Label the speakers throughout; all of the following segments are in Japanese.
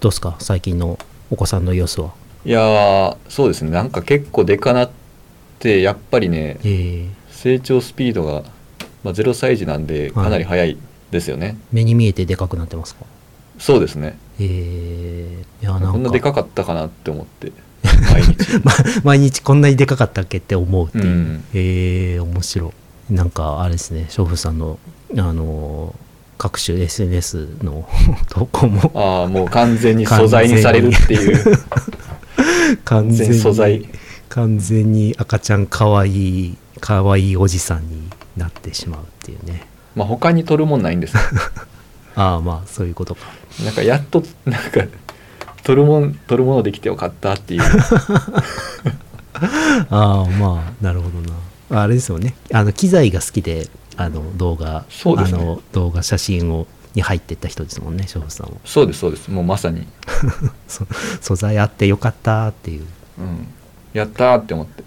Speaker 1: どうですか最近のお子さんの様子はい
Speaker 2: やーそうですねなんか結構でかなってやっぱりね
Speaker 1: ええ
Speaker 2: 成長スピードが、まあ、0歳児なんで
Speaker 1: はい
Speaker 2: かなり早いですよね、
Speaker 1: 目に見えてでかくなってますか
Speaker 2: そうですね
Speaker 1: ええいやなんか
Speaker 2: こんなでかかったかなって思って毎日
Speaker 1: ま毎日こんなにでかかったっけって思うっていう、
Speaker 2: うん
Speaker 1: ええ面白いなんかあれですね娼婦さんのあのー各種 SNS の 投稿 も
Speaker 2: ああもう完全に素材にされるっていう
Speaker 1: 完
Speaker 2: 完
Speaker 1: 全
Speaker 2: 全
Speaker 1: に
Speaker 2: 素材
Speaker 1: 完全に赤ちゃんかわいいかわいいおじさんになってしまうっていうね
Speaker 2: まあ他に取るもんないんです
Speaker 1: ああまあそういうことか
Speaker 2: なんかやっとなんか取るもん取るものできてよかったっていう
Speaker 1: ああまあなるほどなあれですよねあの機材が好きであの動画
Speaker 2: そうですね
Speaker 1: あの動画写真をに入ってった人ですもんね勝負さんは
Speaker 2: そうですそうですもうまさに、
Speaker 1: そ素材あってよかったっていう
Speaker 2: うん、やったーって思って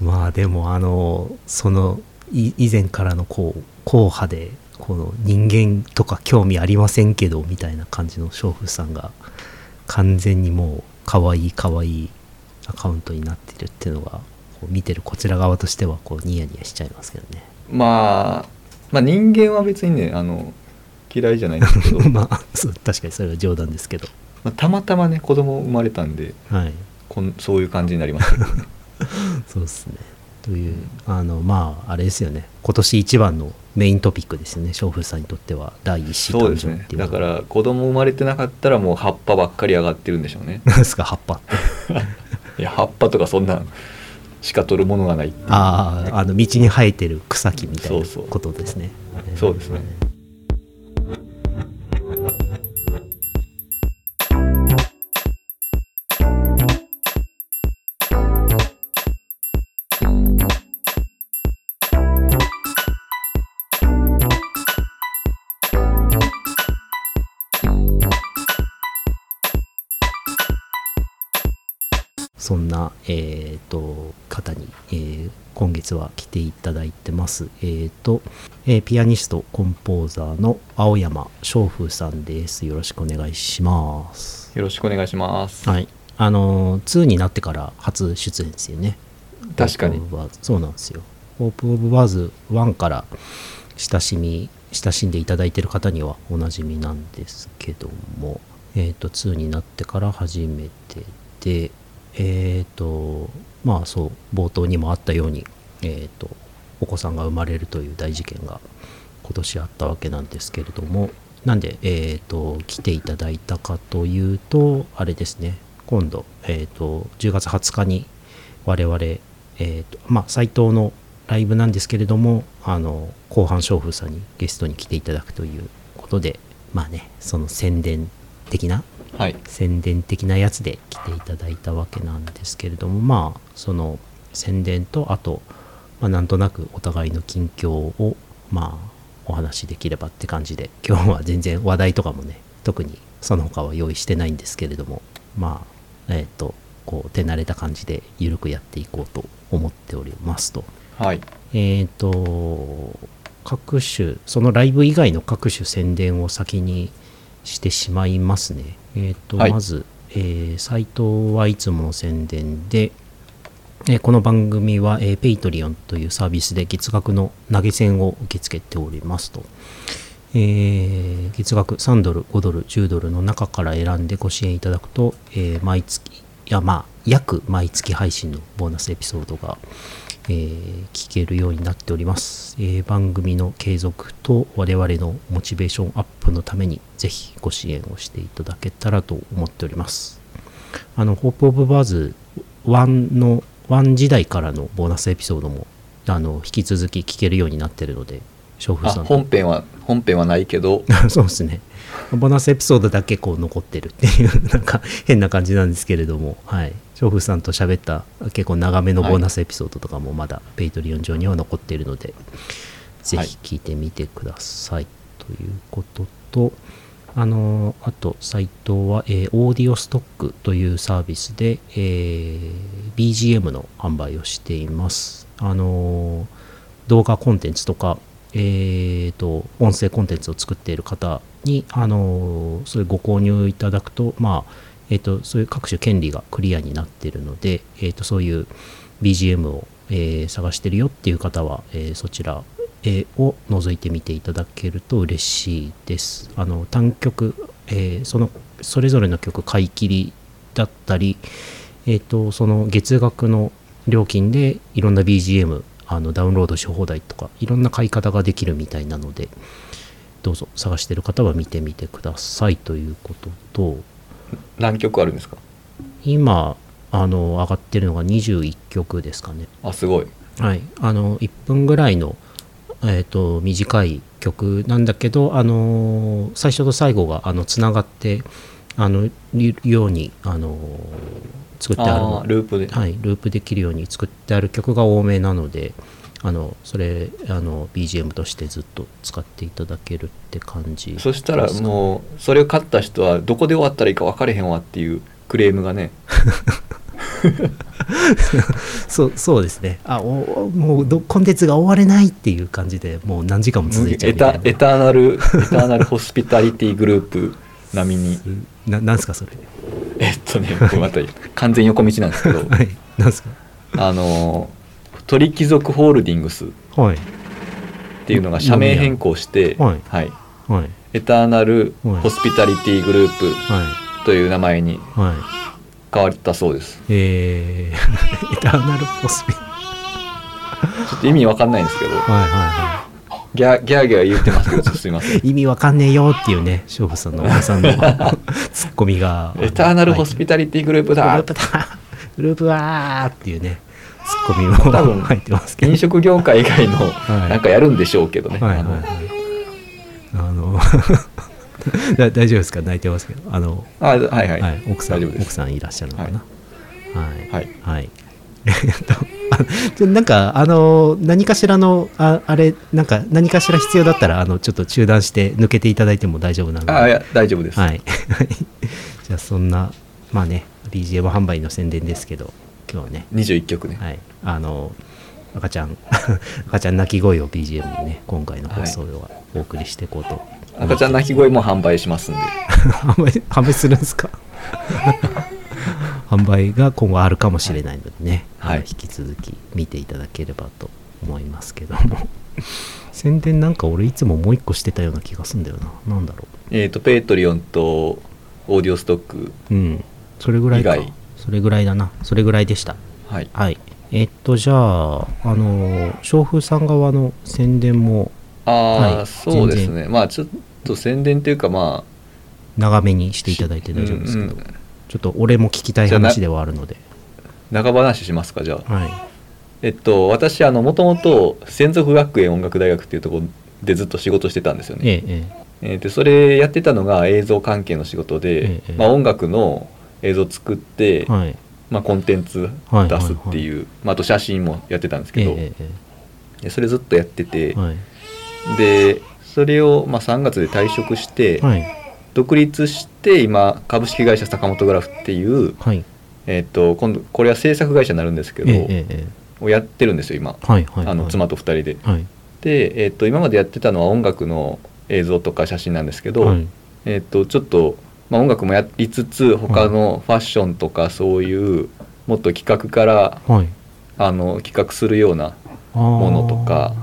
Speaker 1: まあでもあのそのい以前からのこう硬派でこの人間とか興味ありませんけどみたいな感じの勝負さんが完全にもう可愛い可愛いアカウントになってるっていうのがこう見てるこちら側としてはこうニヤニヤしちゃいますけどね。、
Speaker 2: まあまあ人間は別にねあの嫌いじゃないんですけど
Speaker 1: まあそう確かにそれは冗談ですけど、
Speaker 2: まあたまたまね子供生まれたんで
Speaker 1: はい、
Speaker 2: こんそういう感じになりま したけどね
Speaker 1: そうですねというあのまああれですよね今年一番のメイントピックですよね娼婦さんにとっては第一子
Speaker 2: そう
Speaker 1: 誕
Speaker 2: です
Speaker 1: 生っ
Speaker 2: ね
Speaker 1: ていう
Speaker 2: だ
Speaker 1: のは
Speaker 2: から子供生まれてなかったらもう葉っぱばっかり上がってるんでしょうね
Speaker 1: なんですか葉っぱって
Speaker 2: いや葉っぱとかそんなんしか取るものがない
Speaker 1: あああの道に生えてる草木みたいな
Speaker 2: そうそう
Speaker 1: ことですね
Speaker 2: そうですね
Speaker 1: そんな、えー、と方に、えー今月は来ていただいてます。えーとえーピアニスト、コンポーザーの青山翔風さんです。よろしくお願いします。
Speaker 2: よろしくお願いします
Speaker 1: はい。あのー、2になってから初出演ですよね。
Speaker 2: 確かに
Speaker 1: ホープオブバーズそうなんですよ。ホープ・オブ・バーズ1から親しみ、親しんでいただいている方にはおなじみなんですけども、えっ、と、2になってから初めてで、えっ、と、まあそう、冒頭にもあったように、えっ、と、お子さんが生まれるという大事件が今年あったわけなんですけれども、なんで、えっ、と、来ていただいたかというと、あれですね、今度、えっ、と、10月20日に我々、えーとまあ、斎藤のライブなんですけれどもあの後半勝負さんにゲストに来ていただくということでまあねその宣伝的な
Speaker 2: はい
Speaker 1: 宣伝的なやつで来ていただいたわけなんですけれどもまあその宣伝とあと、まあ、なんとなくお互いの近況をまあお話しできればって感じで今日は全然話題とかもね特にその他は用意してないんですけれどもまあえっ、とこう手慣れた感じで緩くやっていこうと思っておりますと。
Speaker 2: はい
Speaker 1: えー、と各種そのライブ以外の各種宣伝を先にしてしまいますね。えーと
Speaker 2: はい
Speaker 1: まず、えーサイトはいつもの宣伝で、えーこの番組は、えー、ペイトリオンというサービスで月額の投げ銭を受け付けておりますと。えー月額3ドル、5ドル、10ドルの中から選んでご支援いただくと、えー毎月、いや、まあ、約毎月配信のボーナスエピソードが、えー聞けるようになっております、えー番組の継続と我々のモチベーションアップのために、ぜひご支援をしていただけたらと思っております。あの、ホープオブバーズ1の、1時代からのボーナスエピソードも、あの、引き続き聞けるようになっているので、翔風
Speaker 2: あ
Speaker 1: さん
Speaker 2: 本編は本編はないけど
Speaker 1: そうですね。ボーナスエピソードだけこう残ってるっていう、 なんか変な感じなんですけれども、はい。娼婦さんと喋った結構長めのボーナスエピソードとかもまだ、ペイトリオン上には残っているので、ぜ
Speaker 2: はい
Speaker 1: ひ聞いてみてください。ということと、あのあと、サイトは、えーオーディオストックというサービスで、えー BGM の販売をしています。あの動画コンテンツとか、えーと、音声コンテンツを作っている方に、あのそれご購入いただくと、まあえっとそういう各種権利がクリアになっているので、えっとそういう BGM を、えー探してるよっていう方は、えーそちら、えーを覗いてみていただけると嬉しいです。あの単曲、えーそのそれぞれの曲買い切りだったり、えっとその月額の料金でいろんな BGM あのダウンロードし放題とかいろんな買い方ができるみたいなのでどうぞ探してる方は見てみてくださいということと
Speaker 2: 何曲あるんですか
Speaker 1: 今あの上がってるのが21曲ですかね
Speaker 2: あすごい
Speaker 1: はい、あの1分ぐらいの、えー、と短い曲なんだけど、あのー最初と最後がつながってあのいように、あのー作ってある
Speaker 2: あーループで、
Speaker 1: はい、ループできるように作ってある曲が多めなのであのそれあの BGM としてずっと使っていただけるって感じ
Speaker 2: そしたらもうそれを買った人はどこで終わったらいいか分かれへんわっていうクレームがね
Speaker 1: そうそうですねあおおもうどコンテンツが終われないっていう感じでもう何時間も 続いちゃう
Speaker 2: エ
Speaker 1: みた
Speaker 2: タ
Speaker 1: いな
Speaker 2: エターナルエターナルホスピタリティグループ並みに
Speaker 1: うんななんすかそれ
Speaker 2: えっとねこれまた完全横道なんですけ ど
Speaker 1: はいなんすか
Speaker 2: あの鳥貴族ホールディングスっ
Speaker 1: はい
Speaker 2: ていうのが社名変更して、
Speaker 1: はい
Speaker 2: はい、
Speaker 1: はい
Speaker 2: エターナルホスピタリティグループ
Speaker 1: はい
Speaker 2: という名前に
Speaker 1: は
Speaker 2: 変わったそうです
Speaker 1: いえー、エ ターナルホスピタ
Speaker 2: ちょっと意味わかんないんですけ
Speaker 1: は
Speaker 2: ど
Speaker 1: いは
Speaker 2: ギャーギャーギャー言ってますけどちょっとすいません
Speaker 1: いはい意味わかんねえよっていうね勝負さんのおばさん のツッコミが
Speaker 2: エターナルホス
Speaker 1: ピ
Speaker 2: ピタリティグループ
Speaker 1: タグ
Speaker 2: だ
Speaker 1: ループだグループはーっていうねツッコミも
Speaker 2: 多分
Speaker 1: 入ってますけど
Speaker 2: 飲食業界以外の
Speaker 1: い
Speaker 2: なんかやるんでしょうけどね、
Speaker 1: はいは
Speaker 2: あ
Speaker 1: い
Speaker 2: の
Speaker 1: はいあの だ大丈夫ですか泣いてますけどあの、
Speaker 2: あはいはい、
Speaker 1: はい、奥さ
Speaker 2: 大
Speaker 1: ん
Speaker 2: 丈夫で
Speaker 1: 奥
Speaker 2: す
Speaker 1: さんいらっしゃるのかなはい
Speaker 2: はい
Speaker 1: はい。 えっと、あちょなんか、あの、何かしらの、ああれ、なんか、何かしら必要だったら、あの、ちょっと中断して抜けていただいても大丈夫なので。
Speaker 2: あいや大丈夫です、
Speaker 1: はい。 じゃあ、そんな、まあね、BGM 販売の宣伝ですけど、今日はね、
Speaker 2: 21曲ね、
Speaker 1: はい。あの、赤ちゃん、 赤ちゃん泣き声を BGM にね、今回の放送ではお送りしていこうと。
Speaker 2: 赤ちゃん泣き声も販売しますんで
Speaker 1: 販売販売するんですか販売が今後あるかもしれないのでね、
Speaker 2: はい
Speaker 1: あの引き続き見ていただければと思いますけども宣伝なんか俺いつももう一個してたような気がすんだよななんだろ
Speaker 2: えっ、とペイトリオンとオーディオストック
Speaker 1: ううんそれぐらいか
Speaker 2: 以外
Speaker 1: それぐらいだなそれぐらいでした
Speaker 2: はい
Speaker 1: はいえっとじゃああの商風さん側の宣伝も
Speaker 2: ああ、
Speaker 1: はい
Speaker 2: そうです
Speaker 1: 全
Speaker 2: ねまあちょっと宣伝というかまあ
Speaker 1: 長めにしていただいて大丈夫ですけど、
Speaker 2: うんうん
Speaker 1: ちょっと俺も聞きたい
Speaker 2: じゃあな
Speaker 1: 話ではあるので
Speaker 2: 中話しますかじゃあ
Speaker 1: はい
Speaker 2: えっと私あのもともと専属学園音楽大学っていうところでずっと仕事してたんですよね
Speaker 1: ええええ
Speaker 2: えーでそれやってたのが映像関係の仕事で、
Speaker 1: ええ
Speaker 2: まあ、音楽の映像作って、
Speaker 1: はい
Speaker 2: まあ、コンテンツ
Speaker 1: はい
Speaker 2: 出すっていう、まあ、あと写真もやってたんですけど、
Speaker 1: えええ
Speaker 2: でそれずっとやってて、
Speaker 1: えはい
Speaker 2: でそれを、まあ、3月で退職して、
Speaker 1: はい
Speaker 2: 独立して今株式会社坂本グラフっていう、
Speaker 1: はい
Speaker 2: えー、と今度これは制作会社になるんですけど、
Speaker 1: えええええ
Speaker 2: をやってるんですよ今、
Speaker 1: えはいはい
Speaker 2: あの
Speaker 1: はい
Speaker 2: 妻と2人で。
Speaker 1: はい
Speaker 2: で、えー、と今までやってたのは音楽の映像とか写真なんですけど、
Speaker 1: はい
Speaker 2: えっとちょっと、まあ、音楽もやりつつ他のファッションとかそういうもっと企画から
Speaker 1: はい
Speaker 2: あの企画するような、
Speaker 1: も
Speaker 2: のとか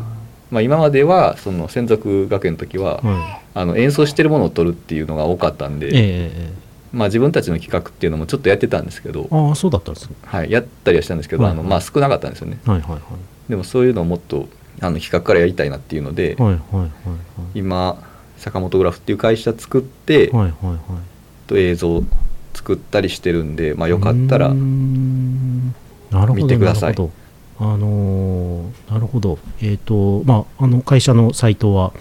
Speaker 2: まあ、今まではその専属学園の時は、
Speaker 1: は
Speaker 2: あの演奏してるものを撮るっていうのが多かったん
Speaker 1: いええ
Speaker 2: で、
Speaker 1: えええ
Speaker 2: まあ、自分たちの企画っていうのもちょっとやってたんですけど
Speaker 1: え、ああそうだったんですね
Speaker 2: はい、やったりはしたんですけど、
Speaker 1: はい
Speaker 2: あのまあ、少なかったんですよね
Speaker 1: はいはいは
Speaker 2: でもそういうのをもっとあの企画からやりたいなっていうので
Speaker 1: い、はいはいはいはい
Speaker 2: 今坂本グラフっていう会社作って、
Speaker 1: はいはいは
Speaker 2: と映像作ったりしてるんで、まあ、
Speaker 1: い
Speaker 2: よかったら
Speaker 1: うーんなるほど
Speaker 2: 見てください
Speaker 1: なるほどあのーなるほどえっ、とまああの会社のサイトは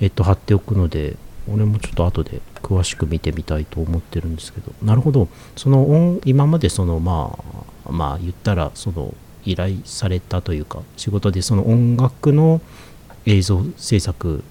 Speaker 1: えっ、と貼っておくので俺もちょっと後で詳しく見てみたいと思ってるんですけどなるほどその音今までそのまあまあ言ったらその依頼されたというか仕事でその音楽の映像制作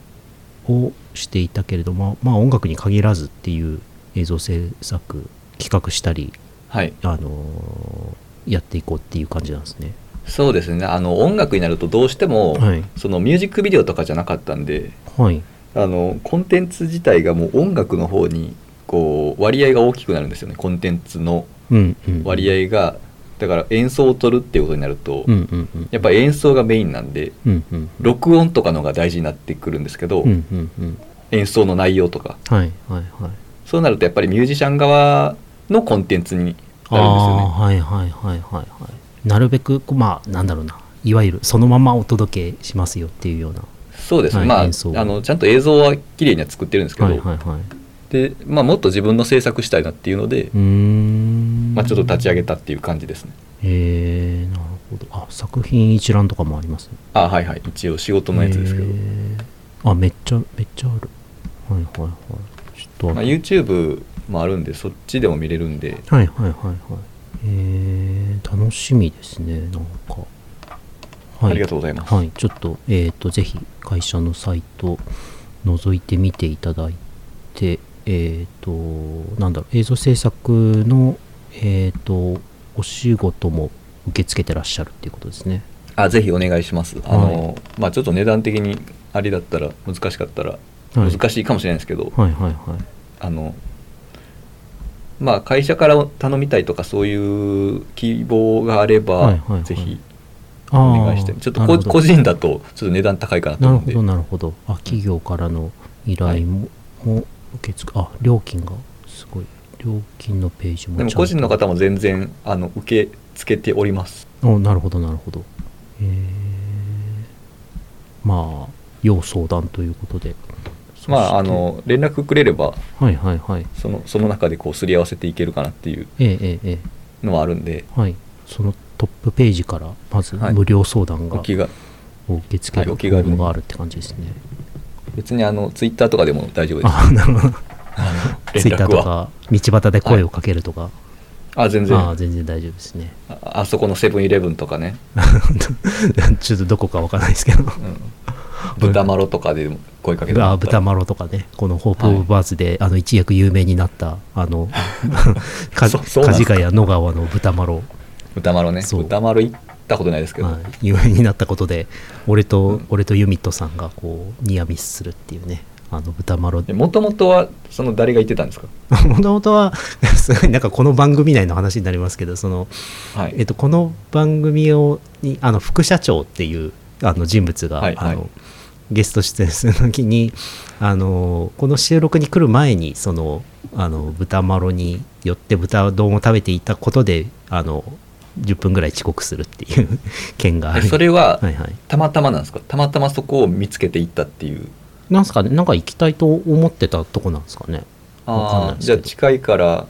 Speaker 1: をしていたけれどもまあ音楽に限らずっていう映像制作企画したり
Speaker 2: はい、
Speaker 1: あのーやっていこうっていう感じなんですね。
Speaker 2: そうですねあの音楽になるとどうしても、
Speaker 1: はい
Speaker 2: そのミュージックビデオとかじゃなかったんで
Speaker 1: はい
Speaker 2: あのコンテンツ自体がもう音楽の方にこう割合が大きくなるんですよねコンテンツの
Speaker 1: うんうん、
Speaker 2: 割合がだから演奏を取るっていうことになると、
Speaker 1: うんうんうん、
Speaker 2: やっぱ演奏がメインなんで
Speaker 1: うんうん
Speaker 2: 録音とかのが大事になってくるんですけど、
Speaker 1: うんうんうん
Speaker 2: 演奏の内容とか
Speaker 1: はいはいはい
Speaker 2: そうなるとやっぱりミュージシャン側のコンテンツになるんですよね
Speaker 1: あーはいはいはいはいはいなるべくこうまあなんだろうないわゆるそのままお届けしますよっていうような
Speaker 2: そうですね、
Speaker 1: はい
Speaker 2: まあ
Speaker 1: 演奏
Speaker 2: あのちゃんと映像は綺麗には作ってるんですけど、
Speaker 1: はいはいはい
Speaker 2: でまあ、もっと自分の制作したいなっていうので、
Speaker 1: うーん
Speaker 2: まあ、ちょっと立ち上げ
Speaker 1: た
Speaker 2: たっていう感じですね
Speaker 1: えー、なるほどあ作品一覧とかもありますね
Speaker 2: あはいはい一応仕事のやつですけど、
Speaker 1: えーあめっちゃめっちゃあるはいはいはいちょっとあ
Speaker 2: まあ、
Speaker 1: はい
Speaker 2: YouTube もあるんでそっちでも見れるんで
Speaker 1: はいはいはいえー、楽しみですねなんか
Speaker 2: ありがとうございます
Speaker 1: はい、ちょっと,、えー、とぜひ会社のサイト覗いてみていただいて、えー、となんだろう映像制作の、えー、とお仕事も受け付けてらっしゃるっていうことですね。
Speaker 2: あぜひお願いしますあの、まあちょっと値段的にあれだったら難しかったら
Speaker 1: は
Speaker 2: 難
Speaker 1: い、
Speaker 2: しいかもしれないですけど、
Speaker 1: はいはいはい
Speaker 2: あのまあ会社から頼みたいとかそういう希望があれば、
Speaker 1: はいはいはい
Speaker 2: ぜひ
Speaker 1: あ
Speaker 2: お
Speaker 1: ー
Speaker 2: 願いしてちょっと
Speaker 1: なる
Speaker 2: こ
Speaker 1: ほど
Speaker 2: 個人だとちょっと値段高いかなと
Speaker 1: なる
Speaker 2: 思うん
Speaker 1: ほ
Speaker 2: で
Speaker 1: どなるほどあ企業からの依頼も,、も受け付けあ料金がすごい料金のページも
Speaker 2: でも
Speaker 1: ちゃんと
Speaker 2: 個人の方も全然あの受け付けております
Speaker 1: おなるほどなるほどえー、まあ要相談ということで
Speaker 2: まあ
Speaker 1: そし
Speaker 2: あ
Speaker 1: て
Speaker 2: の連絡くれれば
Speaker 1: はいはいはい
Speaker 2: そのその中でこうすり合わせていけるかなっていう
Speaker 1: えええええ
Speaker 2: のはあるんで
Speaker 1: えはいそのトップページからまず
Speaker 2: はい
Speaker 1: 無料相談が
Speaker 2: お気が
Speaker 1: お受け付け
Speaker 2: はい
Speaker 1: る
Speaker 2: お気軽に
Speaker 1: フォームがあるって感じですね、
Speaker 2: 別にあのツイッターとかでも大丈夫です
Speaker 1: あなるほど
Speaker 2: 連
Speaker 1: ツイッター
Speaker 2: 絡
Speaker 1: と
Speaker 2: は
Speaker 1: か道端で声をかけるとか、
Speaker 2: あ全然
Speaker 1: ああ
Speaker 2: あ
Speaker 1: 全然大丈夫ですね
Speaker 2: あそこのセブンイレブンとかね、
Speaker 1: ちょっとどこかわからないですけど
Speaker 2: うん、豚まろとかでも声かけてもら
Speaker 1: あ
Speaker 2: った
Speaker 1: 豚まろとかね、このホープ・オブ・バースで、あの一躍有名になった、あの、か
Speaker 2: そそうなん
Speaker 1: 梶
Speaker 2: ですか
Speaker 1: ヶ谷野川の豚まろ、
Speaker 2: 豚まろね
Speaker 1: そう
Speaker 2: 豚まろ行ったことないですけど、
Speaker 1: はい有名になったことで、俺と、俺とユミットさんがこう、ニアミスするっていうね、あの豚まろ。も
Speaker 2: もともとはその誰が言ってたんですか
Speaker 1: と もとは、すごいなんかこの番組内の話になりますけど、その、
Speaker 2: はい、
Speaker 1: えっと、この番組をにあの副社長っていうあの人物が、
Speaker 2: はいはい
Speaker 1: あのゲスト出演する時にあのこの収録に来る前にそのあの豚まろによって豚丼を食べていたことであの10分ぐらい遅刻するっていう 件があ
Speaker 2: え
Speaker 1: る
Speaker 2: それは
Speaker 1: はいはい、
Speaker 2: たまたまなんですかたまたまそこを見つけていったっていう
Speaker 1: なんすかねなんか行きたいと思ってたとこなんですかねわかんない
Speaker 2: あ
Speaker 1: で
Speaker 2: ー
Speaker 1: す
Speaker 2: じ
Speaker 1: け
Speaker 2: ゃ
Speaker 1: ど
Speaker 2: あ近いから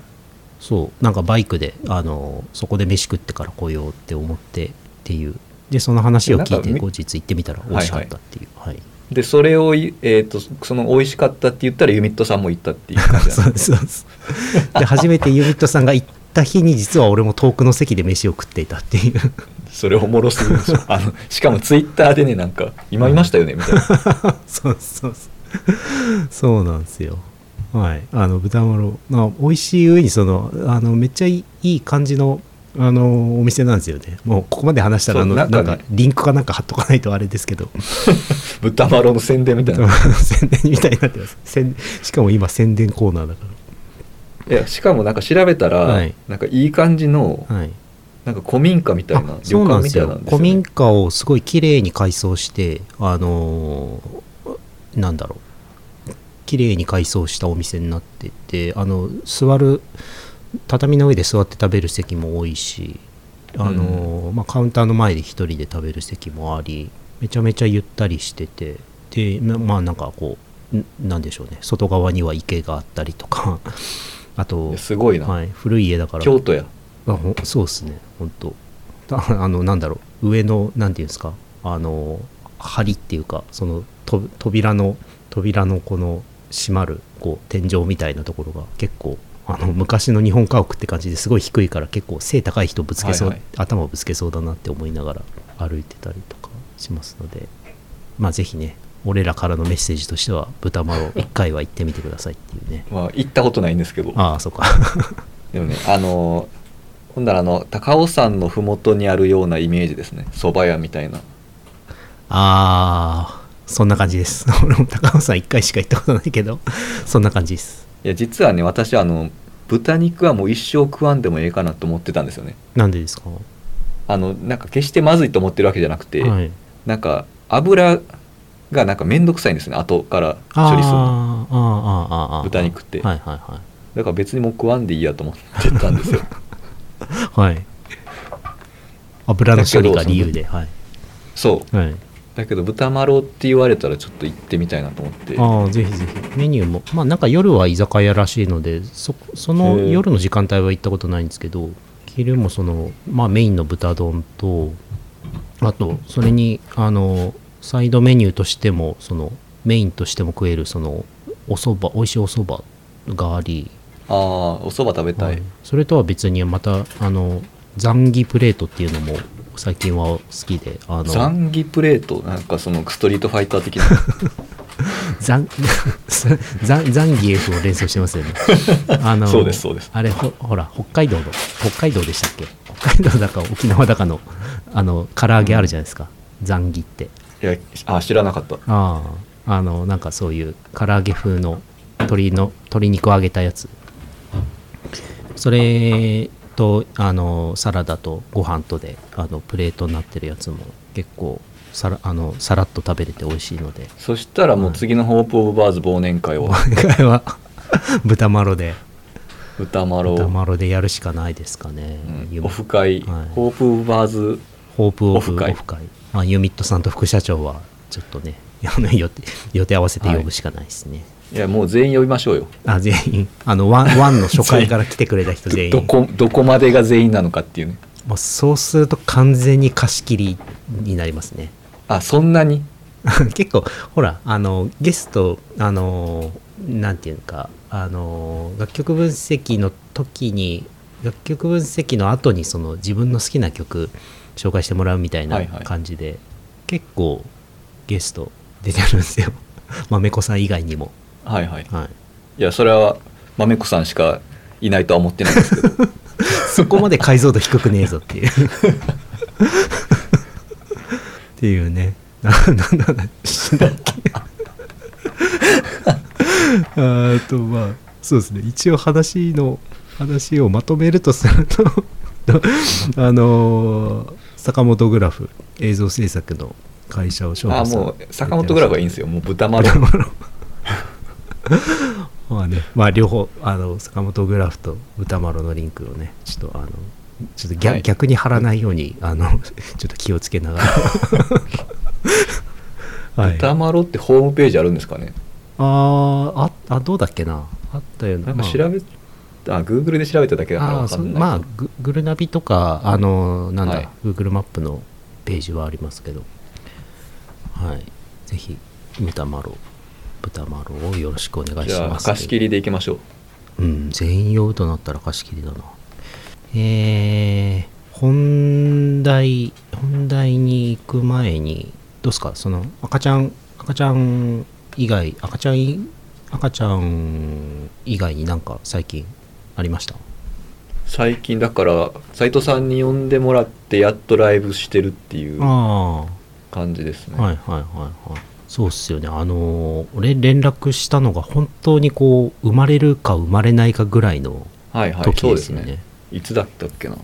Speaker 1: そうなんかバイクであのそこで飯食ってから来ようって思ってっていうでその話を聞い
Speaker 2: なんか
Speaker 1: て
Speaker 2: み
Speaker 1: 後日行ってみたら美味しかったっていうはい、
Speaker 2: でそれをい、えー、とその美味しかったって言ったらユミットさんも行ったっていう感じなん
Speaker 1: そ
Speaker 2: で
Speaker 1: うそうそうで初めてユミットさんが行った日に実は俺も遠くの席で飯を食っていたっていう
Speaker 2: それおもろすぎるでしょあのしかもツイッターでねなんか「今いましたよね」みたいな
Speaker 1: そうそうそうそうなんですよはいあの豚まろな美味しい上にそのあのめっちゃいいいい感じのあのお店なんですよねもうここまで話したらあの
Speaker 2: そう
Speaker 1: なん
Speaker 2: なんかね
Speaker 1: かリンクかなんか貼っとかないとあれですけど
Speaker 2: 豚まろの宣伝みたいな
Speaker 1: 宣伝みたいになってます宣しかも今宣伝コーナーだか
Speaker 2: いやしかもなんか調べたら、
Speaker 1: はい
Speaker 2: なんかいい感じの
Speaker 1: らはい
Speaker 2: なんか古民家みたいな
Speaker 1: あそ
Speaker 2: 旅
Speaker 1: うな
Speaker 2: 館
Speaker 1: んで
Speaker 2: み
Speaker 1: す
Speaker 2: たい
Speaker 1: よ
Speaker 2: なんですよ、
Speaker 1: 古
Speaker 2: ね、
Speaker 1: 民家をすごい綺麗に改装してあのーなんだろう綺麗に改装したお店になっててあの座る畳の上で座って食べる席も多いしあのー、まあ、カウンターの前で一人で食べる席もありめちゃめちゃゆったりしててでなまあなんかこうんなんでしょうね外側には池があったりとか あと
Speaker 2: すごいな、
Speaker 1: はい、古い家だから
Speaker 2: 京都や
Speaker 1: あほんそうですね本当だあのなんだろう上のなんていうんですかあの梁っていうかそのと扉の扉のこの閉まるこう天井みたいなところが結構あの昔の日本家屋って感じですごい低いから結構背高い人ぶつけそう、
Speaker 2: はいはい
Speaker 1: 頭ぶつけそうだなって思いながら歩いてたりとかしますのでまあぜひね俺らからのメッセージとしては豚まろ1回は行ってみてくださいっていうね
Speaker 2: まあ行ったことないんですけど
Speaker 1: ああそうか
Speaker 2: でもねあのほんならあの高尾山の麓にあるようなイメージですね蕎麦屋みたいな
Speaker 1: ああそんな感じです。 俺も高尾さん1回しか行ったことないけど、そんな感じです。
Speaker 2: いや実はね私はあの豚肉はもう一生食わんでもええかなと思ってたんですよね
Speaker 1: なんでですか
Speaker 2: あのなんか決してまずいと思ってるわけじゃなくて、
Speaker 1: はい、
Speaker 2: なんか油がなんか面倒くさいんですね後から
Speaker 1: あー
Speaker 2: 処理するの
Speaker 1: あーあーあーあー
Speaker 2: 豚肉って
Speaker 1: はいはい
Speaker 2: だから別にもう食わんでいいやと思ってたんです よ
Speaker 1: はい。はい。油の処理が理由で。はい。
Speaker 2: そう
Speaker 1: はい、
Speaker 2: だけど豚まろって言われたらちょっと行ってみたいなと思って
Speaker 1: ああ、ぜひぜひ。メニューも。まあなんか夜は居酒屋らしいので、そ、その
Speaker 2: へえ
Speaker 1: 夜の時間帯は行ったことないんですけど、昼もその、まあメインの豚丼と、あと、それに、あの、サイドメニューとしても、その、メインとしても食える、その、お蕎麦、美味しいお蕎麦があり、
Speaker 2: ああお蕎麦食べたい、
Speaker 1: はいそれとは別にまたあのザンギプレートっていうのも最近は好きであの
Speaker 2: ザンギプレートなんかそのストリートファイター 的な
Speaker 1: ザン ザンザンギエフを連想してますよ ねあの
Speaker 2: そうですそうです
Speaker 1: あれほほら北海道の北海道でしたっけ北海道だか沖縄だかのあの唐揚げあるじゃないですか、ザンギって
Speaker 2: いやあ知らなかった
Speaker 1: あああのなんかそういう唐揚げ風の鶏の鶏肉を揚げたやつそれとあのサラダとご飯とであのプレートになってるやつも結構さらあのさらっと食べれて美味しいので
Speaker 2: そしたらもう次のホープ・オブ・バーズ忘年会を
Speaker 1: 今回 は豚まろで
Speaker 2: 歌まろ
Speaker 1: 豚
Speaker 2: う
Speaker 1: まろでやるしかないですかね、
Speaker 2: うん
Speaker 1: ユ
Speaker 2: オフ会、
Speaker 1: はい
Speaker 2: ホープ・オブ・バーズ
Speaker 1: ホープオ
Speaker 2: オ
Speaker 1: フ
Speaker 2: フ
Speaker 1: 会
Speaker 2: 会
Speaker 1: オフ会まあ、ユミットさんと副社長はちょっとね あの予定予定合わせて呼ぶしかないですね、
Speaker 2: いやもう全員呼びましょうよ
Speaker 1: あ全員あのワンワンの初回から来てくれた人全員
Speaker 2: どこどこまでが全員なのかっていうね
Speaker 1: もうそうすると完全に貸し切りになりますね
Speaker 2: あそんなに
Speaker 1: 結構ほらあのゲストあのなんていうのかあの楽曲分析の時に楽曲分析の後にその自分の好きな曲紹介してもらうみたい
Speaker 2: は
Speaker 1: ない
Speaker 2: はい
Speaker 1: 感じで、結構ゲスト出てるんですよ 豆子さん以外にも
Speaker 2: はいはい
Speaker 1: はい
Speaker 2: いやそれはまめこさんしかいないとは思ってないで すけど
Speaker 1: そこまで解像度低くねえぞっていう。っていうね。な、なんだ話だっけ。あーと、まあ、そうですね。一応話の、話をまとめるとすると、 あのー坂本グラフ、映像制作の会社を紹
Speaker 2: あ
Speaker 1: 介
Speaker 2: もう坂本グラフはいいんですよもう豚まろ
Speaker 1: まあね、まあ両方、あの、坂本グラフと歌丸のリンクをね、ちょっとあの、ちょっと逆,、
Speaker 2: はい
Speaker 1: 逆に貼らないように、あの、 ちょっと気をつけなが ら。はい。
Speaker 2: 豚
Speaker 1: あ
Speaker 2: まろってホームページあるんですかね
Speaker 1: ーあ、あ、どうだっけな。あったような。
Speaker 2: なんか調べあ Google で調べただけだから
Speaker 1: まあ、あー
Speaker 2: わか
Speaker 1: そ
Speaker 2: んない
Speaker 1: まあ、ググルナビとか、あの、なんだ、
Speaker 2: はい
Speaker 1: Google マップのページはありますけど、はい。ぜひ、豚まろ、豚まろをよろしくお願い
Speaker 2: じ
Speaker 1: し
Speaker 2: ゃ
Speaker 1: ま
Speaker 2: あ
Speaker 1: す。
Speaker 2: 貸し切りでいきましょう
Speaker 1: うん、全員酔うとなったら貸し切りだな。えー、本題、本題に行く前に、どうすか、その、赤ちゃん、赤ちゃん以外、赤ちゃんい、赤ちゃん以外になんか最近ありました
Speaker 2: 最近だから斎藤さんに呼んでもらってやっとライブしてるっていう
Speaker 1: ああ、
Speaker 2: 感じですね、
Speaker 1: はいはいはいはいそうっすよねあのー俺連絡したのが本当にこう生まれるか生まれないかぐらいの
Speaker 2: はいはい
Speaker 1: 時
Speaker 2: そう
Speaker 1: で
Speaker 2: ですす
Speaker 1: よね,、
Speaker 2: ねいつだったっけな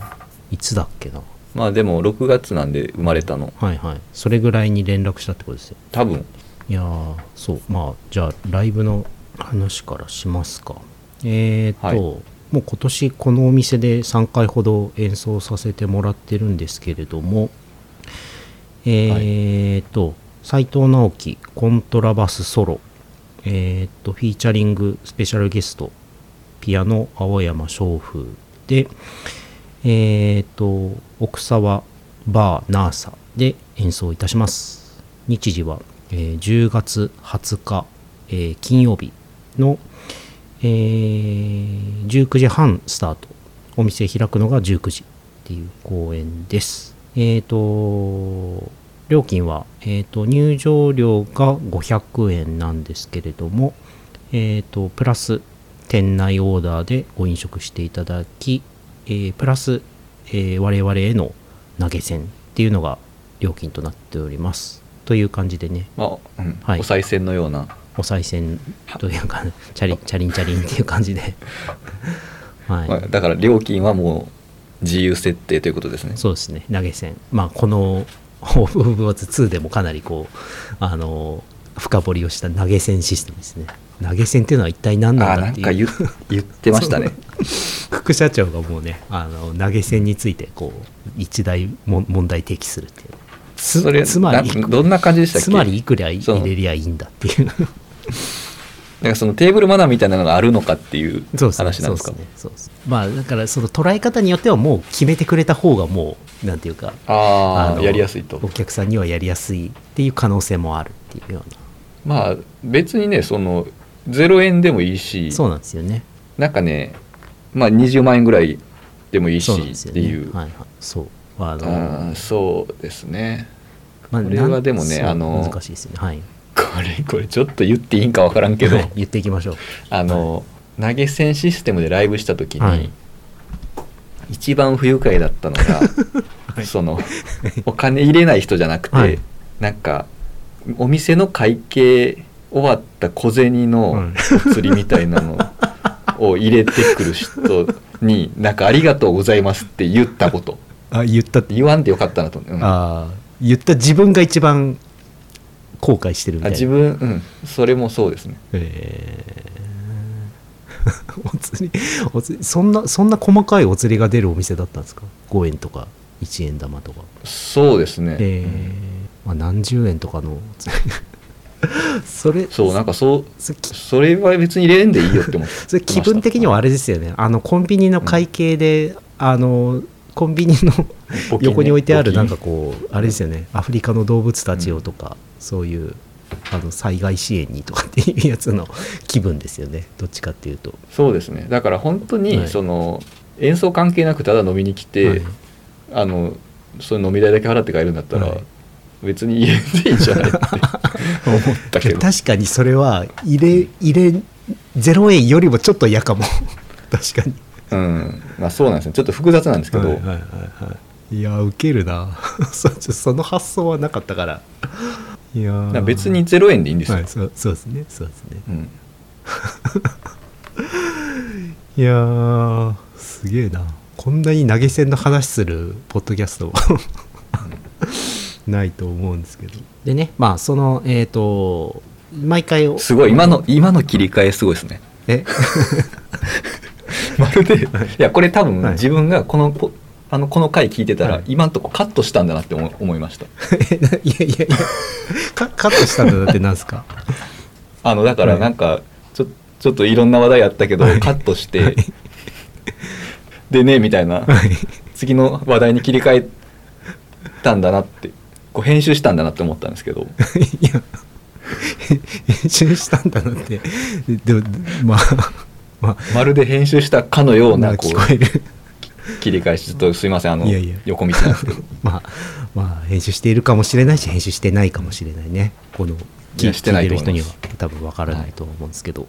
Speaker 2: い
Speaker 1: つだっけな
Speaker 2: まあでも6月なんで生まれたの
Speaker 1: はいはいそれぐらいに連絡したってことですよ
Speaker 2: 多分
Speaker 1: いやーそうまあじゃあライブの話からしますかえー、と、
Speaker 2: はい
Speaker 1: もう今年このお店で3回ほど演奏させてもらってるんですけれどもえー、と斎藤直樹コントラバスソロえー、とフィーチャリングスペシャルゲストピアノ青山翔風でえー、と奥沢バーナーサで演奏いたします日時は、えー10月20日、えー金曜日の、えー19時半スタートお店開くのが19時っていう公演ですえっ、と料金は、えー、と入場料が500円なんですけれども、えー、とプラス店内オーダーでご飲食していただき、えープラス、えー我々への投げ銭っていうのが料金となっておりますという感じでね
Speaker 2: まあ、うん
Speaker 1: はい
Speaker 2: お賽銭のような
Speaker 1: お賽銭というかチャリンチャリンチャリンっていう感じではい、
Speaker 2: まあ、だから料金はもう自由設定ということですね。
Speaker 1: そうですね投げ銭まあこの「オブ・オブ・ウォーズ2」でもかなりこうあの深掘りをした投げ銭システムですね投げ銭っていうのは一体何
Speaker 2: あ
Speaker 1: なん
Speaker 2: あ
Speaker 1: だ
Speaker 2: な
Speaker 1: っ
Speaker 2: ん
Speaker 1: て
Speaker 2: か
Speaker 1: い
Speaker 2: 言
Speaker 1: う
Speaker 2: っ言ってましたね。
Speaker 1: 副社長がもうねあの投げ銭についてこう一大も問題提起するっていうつ
Speaker 2: それ
Speaker 1: つまり
Speaker 2: などんな感じでしたっけ
Speaker 1: つまりいくら
Speaker 2: そう
Speaker 1: 入れりゃいいんだっていう
Speaker 2: なんかそのテーブルマナーみたいなのがあるのかっていう
Speaker 1: そうですね
Speaker 2: 話なんです
Speaker 1: そ
Speaker 2: か
Speaker 1: うですねそうですまあだからその捉え方によってはもう決めてくれた方がもうなんていうか
Speaker 2: あ
Speaker 1: の
Speaker 2: あやりやすいと
Speaker 1: お客さんにはやりやすいっていう可能性もあるっていうよう
Speaker 2: まあ別にねその0円でもいいし
Speaker 1: なそうなんですよね
Speaker 2: なんかねまあ20万円ぐらいでもいいし
Speaker 1: そうなんです
Speaker 2: っ
Speaker 1: よ
Speaker 2: て
Speaker 1: ね
Speaker 2: いう
Speaker 1: はいはいそうあの
Speaker 2: うんそうですね
Speaker 1: まあ
Speaker 2: これはでもね
Speaker 1: なん
Speaker 2: あの
Speaker 1: 難しいですよねはい
Speaker 2: これこれちょっと言っていいんか分からんけ ど、
Speaker 1: はい言っていきましょう
Speaker 2: あの、投げ銭システムでライブした時に、
Speaker 1: はい
Speaker 2: 一番不愉快だったのが、
Speaker 1: はい
Speaker 2: そのお金入れない人じゃなくて、
Speaker 1: はい
Speaker 2: なんかお店の会計終わった小銭
Speaker 1: う
Speaker 2: の
Speaker 1: ん
Speaker 2: お釣りみたいなのを入れてくる人に 「なんかありがとうございます」って言ったこと
Speaker 1: あ言ったって
Speaker 2: 言わんでよかったなと思って、うん
Speaker 1: あー言った自分が一番後悔してるみた
Speaker 2: あ
Speaker 1: いな
Speaker 2: 自分、うん、それもそうですね
Speaker 1: えー お釣りお釣りそんなそんな細かいお釣りが出るお店だったんですか5円とか1円玉とか
Speaker 2: そうですね、
Speaker 1: えー
Speaker 2: うん
Speaker 1: まあ、何十円とかのお釣り それ
Speaker 2: そうなんかそう
Speaker 1: それき
Speaker 2: それは別に入れんでいいよって思って
Speaker 1: それ気分的にはあれですよねあのコンビニの会計で、あのコンビニの
Speaker 2: 募金ね
Speaker 1: 横に置いてある
Speaker 2: 募
Speaker 1: な
Speaker 2: 金
Speaker 1: んかこうあれですよねアフリカの動物たちをとか、そういうあの災害支援にとかっていうやつ の気分ですよねどっちかっていうと。
Speaker 2: そうですねだから本当
Speaker 1: はい
Speaker 2: にその、演奏関係なくただ飲みに来て、
Speaker 1: はい
Speaker 2: あのその飲み代だけ払って帰るんだったら、
Speaker 1: はい
Speaker 2: 別に入れていいんじゃないって 思ったけど
Speaker 1: 確かにそれは入れ入れ0円よりもちょっと嫌かも 確かに
Speaker 2: うんまあそうなんですねちょっと複雑なんですけ
Speaker 1: は
Speaker 2: ど、
Speaker 1: いはいはいはいいやウケるな そちょその発想はなかったからいや
Speaker 2: だ
Speaker 1: ー
Speaker 2: から別に0円でいいんですよ、
Speaker 1: はい、そうそうですねそうですね
Speaker 2: うん、
Speaker 1: いやーすげえなこんなに投げ銭の話するポッドキャストは ないと思うんですけどでねまあそのえっ、と毎回お
Speaker 2: すごい今の今の切り替えすごいです ね
Speaker 1: え
Speaker 2: まる でいやこれ多分
Speaker 1: はい
Speaker 2: 自分がこのポあのこの回聞いてたら、
Speaker 1: はい
Speaker 2: 今んとこカットしたんだなって思思いました
Speaker 1: えないやいやいやカカットしたのだってなんすか
Speaker 2: あのだからなんかちょちょっといろんな話題あったけどカットして、でねみたいな
Speaker 1: はい
Speaker 2: 次の話題に切り替えたんだなってこう編集したんだなって思ったんですけど
Speaker 1: いや編集したんだなってでもまあま
Speaker 2: まるで編集したかの
Speaker 1: あ
Speaker 2: よう
Speaker 1: な
Speaker 2: なんこ
Speaker 1: か聞こ
Speaker 2: う
Speaker 1: える
Speaker 2: 切り返しちょっとすいませんあの
Speaker 1: いやいや
Speaker 2: 横道なんです けど
Speaker 1: まあまあ編集しているかもしれないし編集してないかもしれないねこの
Speaker 2: い
Speaker 1: 聞
Speaker 2: やしてな
Speaker 1: 聞い
Speaker 2: い
Speaker 1: て
Speaker 2: と
Speaker 1: る人
Speaker 2: 思い
Speaker 1: に
Speaker 2: ま
Speaker 1: は
Speaker 2: す
Speaker 1: 多分わからないと思うんですけど、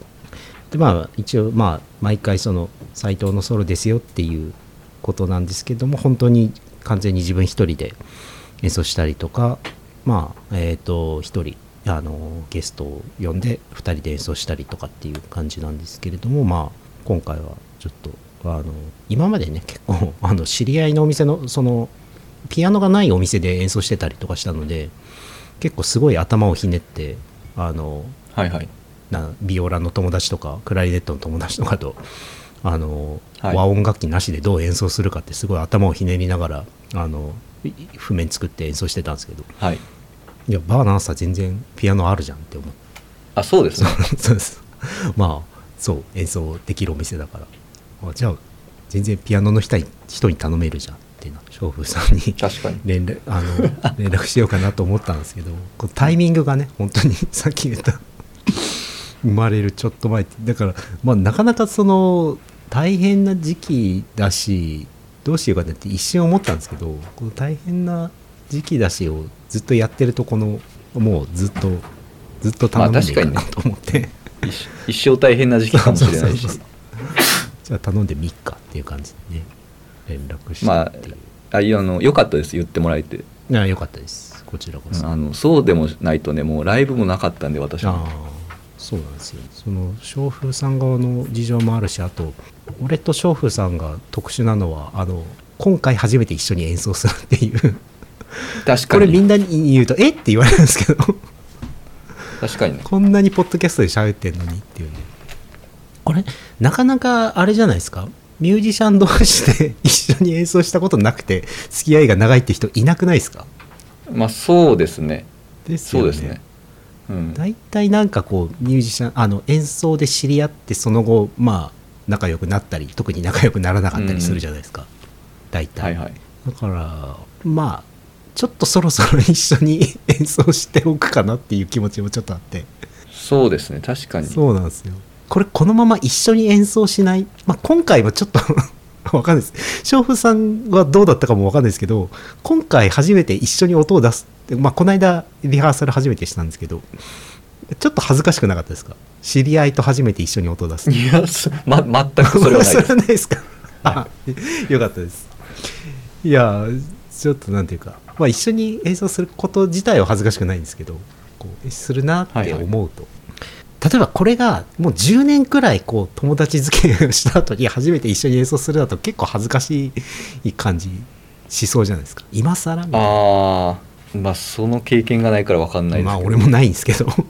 Speaker 1: でまあ一応まあ毎回その斎藤のソロですよっていうことなんですけども本当に完全に自分一人で演奏したりとかまあえっ、と一人あのゲストを呼んで二人で演奏したりとかっていう感じなんですけれどもまあ今回はちょっとあの今までね結構 あの知り合いのお店のそのピアノがないお店で演奏してたりとかしたので結構すごい頭をひねってあの
Speaker 2: はいはい
Speaker 1: なビオラの友達とかクラリネットの友達とかと あの、
Speaker 2: はい
Speaker 1: 和音楽器なしでどう演奏するかってすごい頭をひねりながらあのい譜面作って演奏してたんですけど
Speaker 2: はい
Speaker 1: いやバーナーさ全然ピアノあるじゃんって思って
Speaker 2: あそうですね
Speaker 1: そうですまあそう演奏できるお店だからあじゃあ全然ピアノの人に人に頼めるじゃんってな娼婦さんに
Speaker 2: 確かに
Speaker 1: 連絡 あの連絡しようかなと思ったんですけどこうタイミングがね本当に さっき言った生まれるちょっと前ってだから、まあ、なかなかその大変な時期だしどうしようかなって一瞬思ったんですけどこの大変な時期だしをずっとやってるとこのもうずっとずっと頼んでいいか
Speaker 2: ま
Speaker 1: な
Speaker 2: あ
Speaker 1: と思って、
Speaker 2: 一一生大変な時期かもしれないし
Speaker 1: そうそうそうじゃあ頼んでみっかっていう感じでね連絡して
Speaker 2: まああいやあの良かったです言ってもらえて
Speaker 1: あよかったですここちらこ
Speaker 2: うん
Speaker 1: そ。
Speaker 2: あのそうでもないとねもうライブもなかったんで私
Speaker 1: あ
Speaker 2: も
Speaker 1: あそうなんですよその翔風さん側の事情もあるしあと俺と翔風さんが特殊なのはあの今回初めて一緒に演奏するって いう
Speaker 2: 確
Speaker 1: こ
Speaker 2: か
Speaker 1: れみ
Speaker 2: に
Speaker 1: んなに言うと「えっ?」て言われるんですけど
Speaker 2: 確かにね
Speaker 1: こんなにポッドキャストで喋ってんのにっていうねこれなかなかあれじゃないですかミュージシャン同士で一緒に演奏したことなくて付き合いが長いって人いなくないですか
Speaker 2: まあそうですね
Speaker 1: です
Speaker 2: そ
Speaker 1: よ
Speaker 2: う
Speaker 1: ね
Speaker 2: ですねうん
Speaker 1: 大体なんかこうミュージシャンあの演奏で知り合ってその後まあ仲良くなったり特に仲良くならなかったりするじゃないですか、大体、
Speaker 2: はいはい
Speaker 1: だからまあちょっとそろそろ一緒に 演奏しておくかなっていう気持ちもちょっとあって
Speaker 2: そうですね確かに
Speaker 1: そうなんですよこれこのまま一緒に演奏しない、まあ、今回はちょっと わかんないです翔夫さんはどうだったかもわかんないですけど今回初めて一緒に音を出すって、まあ、この間リハーサル初めてしたんですけどちょっと恥ずかしくなかったですか知り合いと初めて一緒に音を出す
Speaker 2: いやそま全 く それはないです
Speaker 1: ないですか、あ よかったですいやちょっとなんていうか、まあ、一緒に演奏すること自体は恥ずかしくないんですけどこうするなって思うと、例えばこれがもう10年くらいこう友達付き合いをした後に初めて一緒に演奏するだと結構恥ずかしい感じしそうじゃないですか今更みたいな
Speaker 2: ああまあその経験がないから分かんないです
Speaker 1: まあ
Speaker 2: けど
Speaker 1: 俺もないんですけどっ
Speaker 2: うん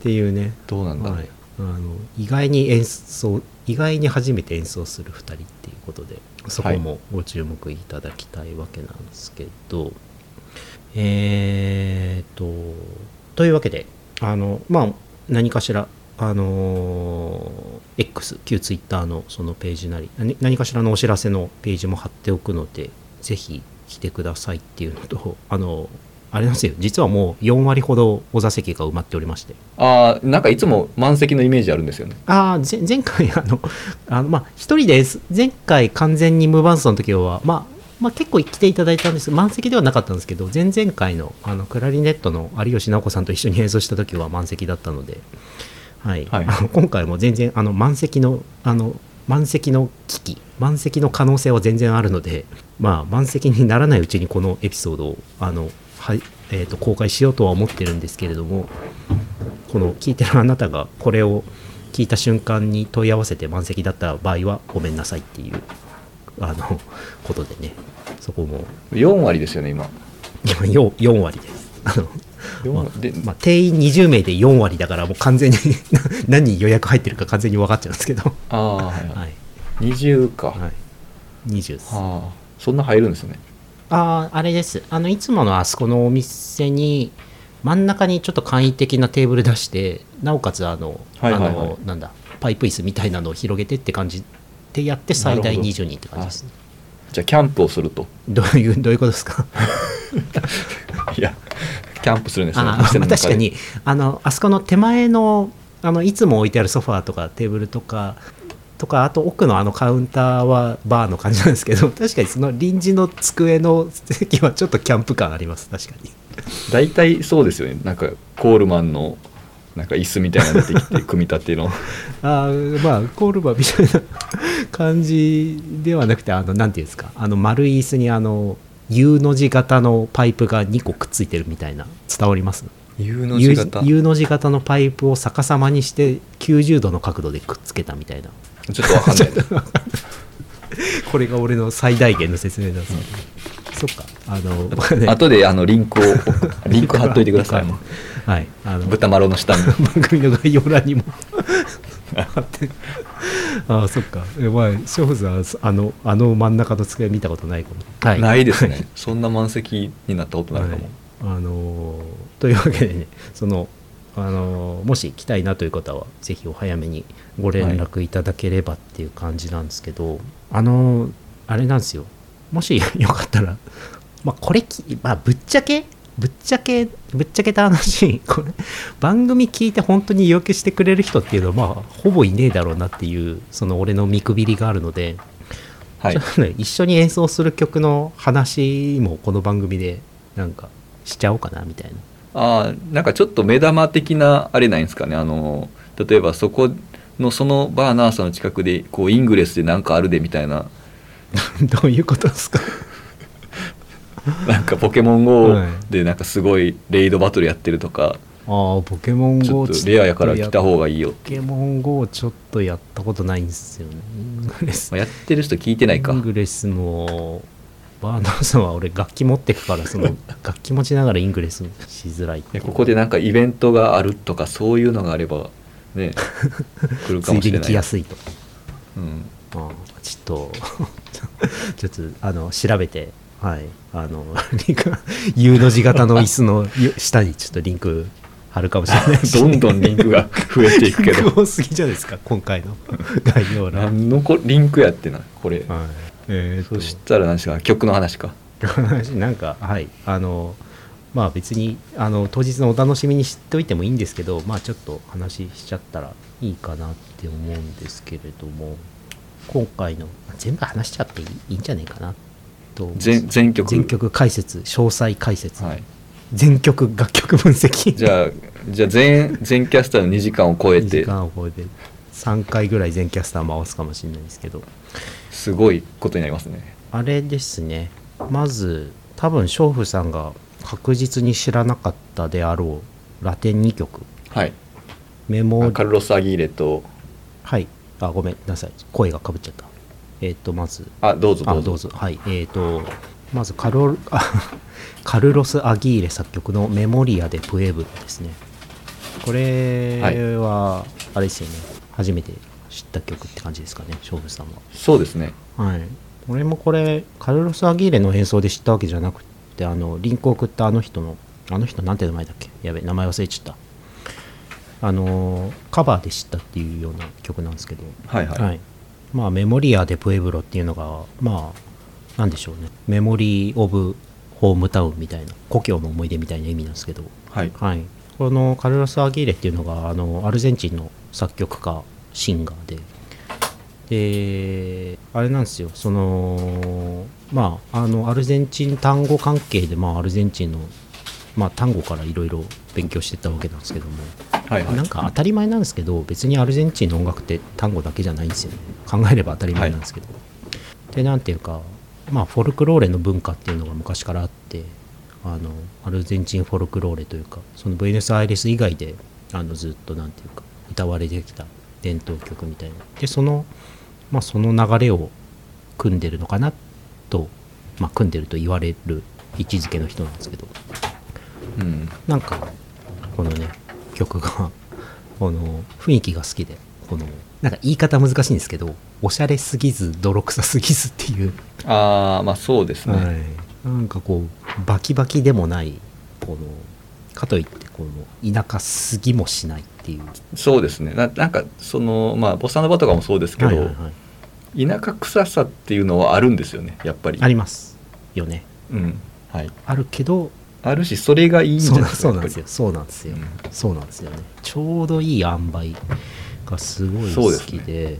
Speaker 1: ていうね
Speaker 2: どうなんだろう、
Speaker 1: はい、あの意外に演奏意外に初めて演奏する2人っていうことでそこもご注目いただきたいわけなんですけど、えーとというわけであのまあ何かしらあの X 旧 Twitter のそのページなり何何かしらのお知らせのページも貼っておくのでぜひ来てくださいっていうのとあのあれなんですよ実はもう4割ほどお座席が埋まっておりまして
Speaker 2: ああなんかいつも満席のイメージあるんですよね
Speaker 1: ああ、ぜ前回、あの、 あのまあ、一人です。前回完全に無伴奏の時は、まあ、まあ、結構来ていただいたんです満席ではなかったんですけど、前々回の、あの、クラリネットの有吉直子さんと一緒に演奏した時は満席だったので、はい。
Speaker 2: はい
Speaker 1: あの今回も全然、あの、満席の、あの、満席の危機、満席の可能性は全然あるので、まあ、満席にならないうちにこのエピソードを、あの、はい、えっ、と、公開しようとは思ってるんですけれども、この聞いてるあなたがこれを聞いた瞬間に問い合わせて満席だった場合はごめんなさいっていうあのことでねそこも
Speaker 2: 4割ですよね今
Speaker 1: 今 4, 4割ですあの
Speaker 2: 4
Speaker 1: ま
Speaker 2: 割で
Speaker 1: まあ、定員20名で4割だからもう完全に 何人予約入ってるか完全に分かっちゃうんですけどは、
Speaker 2: ああ、はいはいい、20か、
Speaker 1: はい、20です
Speaker 2: はあそんな入るんですね
Speaker 1: あああれですあのいつものあそこのお店に真ん中にちょっと簡易的なテーブル出してなおかつあの、
Speaker 2: はいはいはい
Speaker 1: あのなんだパイプ椅子みたいなのを広げてって感じでやって最
Speaker 2: なる
Speaker 1: 大
Speaker 2: ほど
Speaker 1: 20人って感じですね
Speaker 2: じゃあキャンプをすると
Speaker 1: どう いうどういうことです か
Speaker 2: いやキャンプするんですよ
Speaker 1: あー
Speaker 2: 店
Speaker 1: ま
Speaker 2: の
Speaker 1: あ
Speaker 2: 中で
Speaker 1: 確かにあのあそこの手前のあのいつも置いてあるソファーとかテーブルとかとかあと奥のあのカウンターはバーの感じなんですけど確かにその臨時の机の席はちょっとキャンプ感あります確かに
Speaker 2: 大体そうですよねなんかコールマンのなんか椅子みたいなの出てき て組み立ての
Speaker 1: あーまあコールバみたいな感じではなくてあのなんていうんですかあの丸い椅子にあの U の字型のパイプが2個くっついてるみたいな伝わります
Speaker 2: U
Speaker 1: U, U の字型のパイプを逆さまにして90度の角度でくっつけたみたいな
Speaker 2: ちょっとわかんないです
Speaker 1: これが俺の最大限の説明だぞ、そっかあの、まあね
Speaker 2: 後であのリンクをリンク貼っといてください
Speaker 1: はいあの
Speaker 2: 豚マロの下に
Speaker 1: 番組の概要欄にも貼ってああそっかえまあショフさんあのあの真ん中の机見たことないかも、はい
Speaker 2: ないです ねそんな満席になったことないか
Speaker 1: はい
Speaker 2: も、
Speaker 1: あのーというわけでねその、あのーもし来たいなという方はぜひお早めにご連絡いただければっていう感じなんですけど、あのーあれなんですよもしよかったらまあこれき、まあ、ぶっちゃけぶっちゃけぶっちゃけた話これ番組聞いて本当に要求してくれる人っていうのはまあほぼいねえだろうなっていうその俺の見くびりがあるので
Speaker 2: はい
Speaker 1: ちょっとね一緒に演奏する曲の話もこの番組でなんかしちゃおうかなみたい な
Speaker 2: ああなんかちょっと目玉的なあれないんですかねあの例えばそこのそのバーナーさんの近くでこうイングレスでなんかあるでみたいな
Speaker 1: どういうことですか
Speaker 2: なんかポケモン GO
Speaker 1: はい
Speaker 2: でなんかすごいレイドバトルやってるとか、
Speaker 1: ああポケモン
Speaker 2: ち
Speaker 1: GO
Speaker 2: ょっとレアやから来た方がいいよっ
Speaker 1: ポ
Speaker 2: て、
Speaker 1: ケモン GO ちょっとやったことないんですよねイングレス
Speaker 2: まあ、やってる人聞いてないか
Speaker 1: イングレスもバーナーさんは俺楽器持ってくからそ の楽器持ちながらイングレスしづらいって
Speaker 2: ねここでなんかイベントがあるとかそういうのがあれば ね来る
Speaker 1: つ
Speaker 2: か
Speaker 1: い
Speaker 2: もし
Speaker 1: で
Speaker 2: れ
Speaker 1: に
Speaker 2: な
Speaker 1: 来
Speaker 2: い
Speaker 1: やすいと
Speaker 2: うん、
Speaker 1: ああちょっと ちょっとあの調べてはいあの リンク U の字型の椅子のよ下にちょっとリンク貼るかもしれないし
Speaker 2: どんどんリンクが増えていく け
Speaker 1: リン
Speaker 2: ど
Speaker 1: ク多すぎじゃないですか今回の 概要欄
Speaker 2: 何のこリンクやってなこれ
Speaker 1: はいえーっと
Speaker 2: そしたら何ですか曲の話か
Speaker 1: なんか はいあのまあ別にあの当日のお楽しみにしておいてもいいんですけどまあちょっと話しちゃったらいいかなって思うんですけれども今回のまあ全部話しちゃっていいいいんじゃないかなと思います
Speaker 2: 全全曲
Speaker 1: 全曲解説詳細解説、
Speaker 2: はい
Speaker 1: 全曲楽曲分析
Speaker 2: じゃあじゃあ全全キャスターの2時間を超え
Speaker 1: 時
Speaker 2: て
Speaker 1: 間を超えて3回ぐらい全キャスター回すかもしれないですけど
Speaker 2: すごいことになりますね
Speaker 1: あれですねまず多分娼婦さんが確実に知らなかったであろうラテン2曲
Speaker 2: はい
Speaker 1: メモ
Speaker 2: カルロス・アギーレと
Speaker 1: はいあごめんなさい声がかぶっちゃったえっ、とまず
Speaker 2: あどうぞどう
Speaker 1: あ
Speaker 2: ぞ
Speaker 1: どうぞはいえっ、とまずカロル あカルロス・アギーレ作曲の「メモリア・でプエブロ」ですねこれはあれですよね、初めて知った曲って感じですかね勝負さんは
Speaker 2: そうですね
Speaker 1: はい、俺もこれカルロス・アギーレの演奏で知ったわけじゃなくてあのリンクを送ったあの人のあの人なんて名前だっけやべ名前忘れちゃったあのーカバーで知ったっていうような曲なんですけど、
Speaker 2: はいはい、
Speaker 1: まあ、メモリア・でプエブロっていうのがまあなんでしょうねメモリー・オブ・ホームタウンみたいな故郷の思い出みたいな意味なんですけど
Speaker 2: はい
Speaker 1: はい、このカルロス・アギーレっていうのがあのアルゼンチンの作曲家シンガーでであれなんですよそのまああのアルゼンチン単語関係で、まあ、アルゼンチンの、まあ、単語からいろいろ勉強してったわけなんですけども、
Speaker 2: はいはい
Speaker 1: なんか当たり前なんですけど別にアルゼンチンの音楽って単語だけじゃないんですよね考えれば当たり前なんですけど、でなんていうかまあフォルクローレの文化っていうのが昔からあってあのアルゼンチンフォルクローレというかそのブエノスアイレス以外であのずっとなんていうか歌われてきた伝統曲みたいなでそのまあその流れを組んでるのかなと、まあ、組んでると言われる位置づけの人なんですけど
Speaker 2: うん
Speaker 1: なんかこのね曲が この雰囲気が好きでこのなんか言い方難しいんですけどおしゃれすぎず泥臭すぎずっていう、
Speaker 2: ああまあそうですね、
Speaker 1: なんかこうバキバキでもないこのかといってこの田舎すぎもしないっていう
Speaker 2: そうですねななんかそのまあボサノバとかもそうですけど、
Speaker 1: はいはいはい
Speaker 2: 田舎臭さっていうのはあるんですよねやっぱり
Speaker 1: ありますよね
Speaker 2: うんはい、
Speaker 1: あるけど
Speaker 2: あるしそれがいいんじゃ
Speaker 1: そう
Speaker 2: な
Speaker 1: な
Speaker 2: いですか
Speaker 1: そうなんですよそうな
Speaker 2: やっぱり
Speaker 1: んですよ、
Speaker 2: うん
Speaker 1: そうなんですよねちょうどいい塩梅がすごい
Speaker 2: そう
Speaker 1: 好
Speaker 2: です
Speaker 1: き
Speaker 2: ね
Speaker 1: で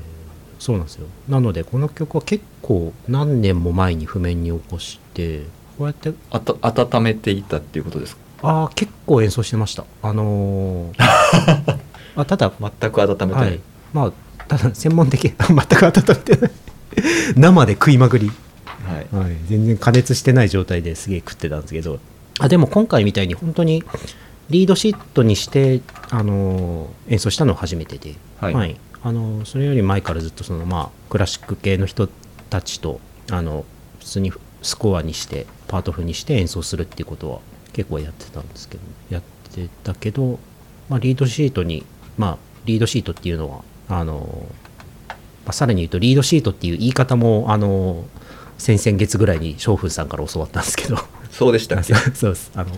Speaker 1: そうなんですよなのでこの曲は結構何年も前に譜面に起こしてこうやって
Speaker 2: あた温めていたっていうことですか
Speaker 1: ああ結構演奏してましたあのー あただま
Speaker 2: 全く温めてない、
Speaker 1: はい、まあただ専門的 全く温めてない生で食いまくり
Speaker 2: はい
Speaker 1: はい、全然加熱してない状態ですげえ食ってたんですけどあでも今回みたいに本当にリードシートにして、あのー演奏したのは初めてで、
Speaker 2: はい
Speaker 1: あのーそれより前からずっとその、まあ、クラシック系の人たちとあの普通にスコアにしてパート譜にして演奏するっていうことは結構やってたんですけどやってたけど、まあ、リードシートに、まあ、リードシートっていうのはあのーまあ、さらに言うとリードシートっていう言い方もあの先々月ぐらいに翔風さんから教わったんですけど
Speaker 2: そうでしたっけ
Speaker 1: そう そうですあの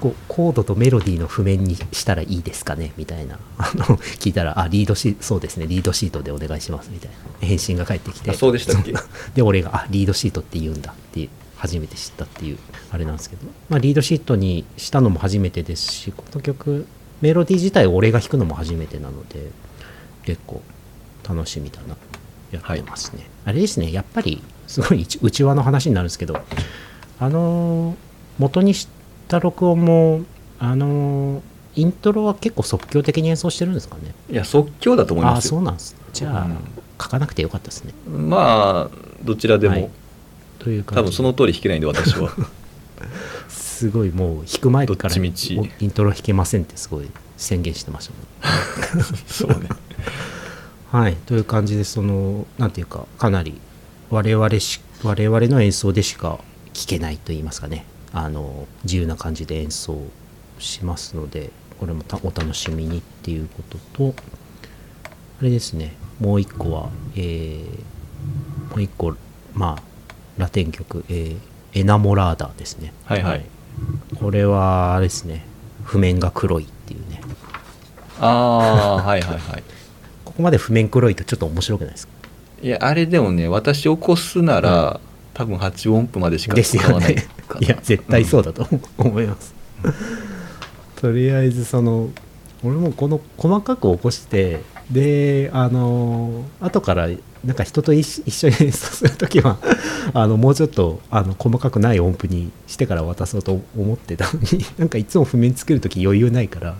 Speaker 1: こうコードとメロディーの譜面にしたらいいですかねみたいな あの聞いたら「あリードシートそうですねリードシートでお願いします」みたいな返信が返ってきて
Speaker 2: あそうでしたっけ
Speaker 1: そうで俺が「あリードシートって言うんだ」って初めて知ったっていうあれなんですけど、まあ、リードシートにしたのも初めてですしこの曲メロディー自体を俺が弾くのも初めてなので結構楽しみだなやってますね、あれですねやっぱりすごいうちわの話になるんですけどあのー元にした録音もあのーイントロは結構即興的に演奏してるんですかね
Speaker 2: いや即興だと思い
Speaker 1: ああー
Speaker 2: ます
Speaker 1: そ
Speaker 2: よ
Speaker 1: うなんですじゃあ、
Speaker 2: うん
Speaker 1: 書かなくてよかったですね
Speaker 2: まあどちらでも、
Speaker 1: はいというか
Speaker 2: 多分その通り弾けないんで私は
Speaker 1: すごいもう弾く前から
Speaker 2: どっちみち
Speaker 1: イントロ弾けませんってすごい宣言してましたもん
Speaker 2: そうね
Speaker 1: はい、という感じでそのなんていうかかなり我々し我々の演奏でしか聴けないと言いますかねあの自由な感じで演奏しますのでこれもたお楽しみにっていうこととあれですねもう一個は、えーもう一個まあラテン曲、えーエナモラーダ」ですね
Speaker 2: はいはい
Speaker 1: これはあれですね譜面が黒いっていうね
Speaker 2: ああーはいはいはい
Speaker 1: ここまで譜面黒いとちょっと面白くないですか
Speaker 2: いやあれでもね私起こすなら、多分8音符までしか
Speaker 1: です
Speaker 2: 使
Speaker 1: よ
Speaker 2: わない
Speaker 1: ね
Speaker 2: か。
Speaker 1: いや絶対そううだと思います。とりあえずその俺もこの細かく起こしてであの後からなんか人と一緒 一緒に演奏する時は あのもうちょっとあの細かくない音符にしてから渡そうと思ってたのになんかいつも譜面作る時余裕ないから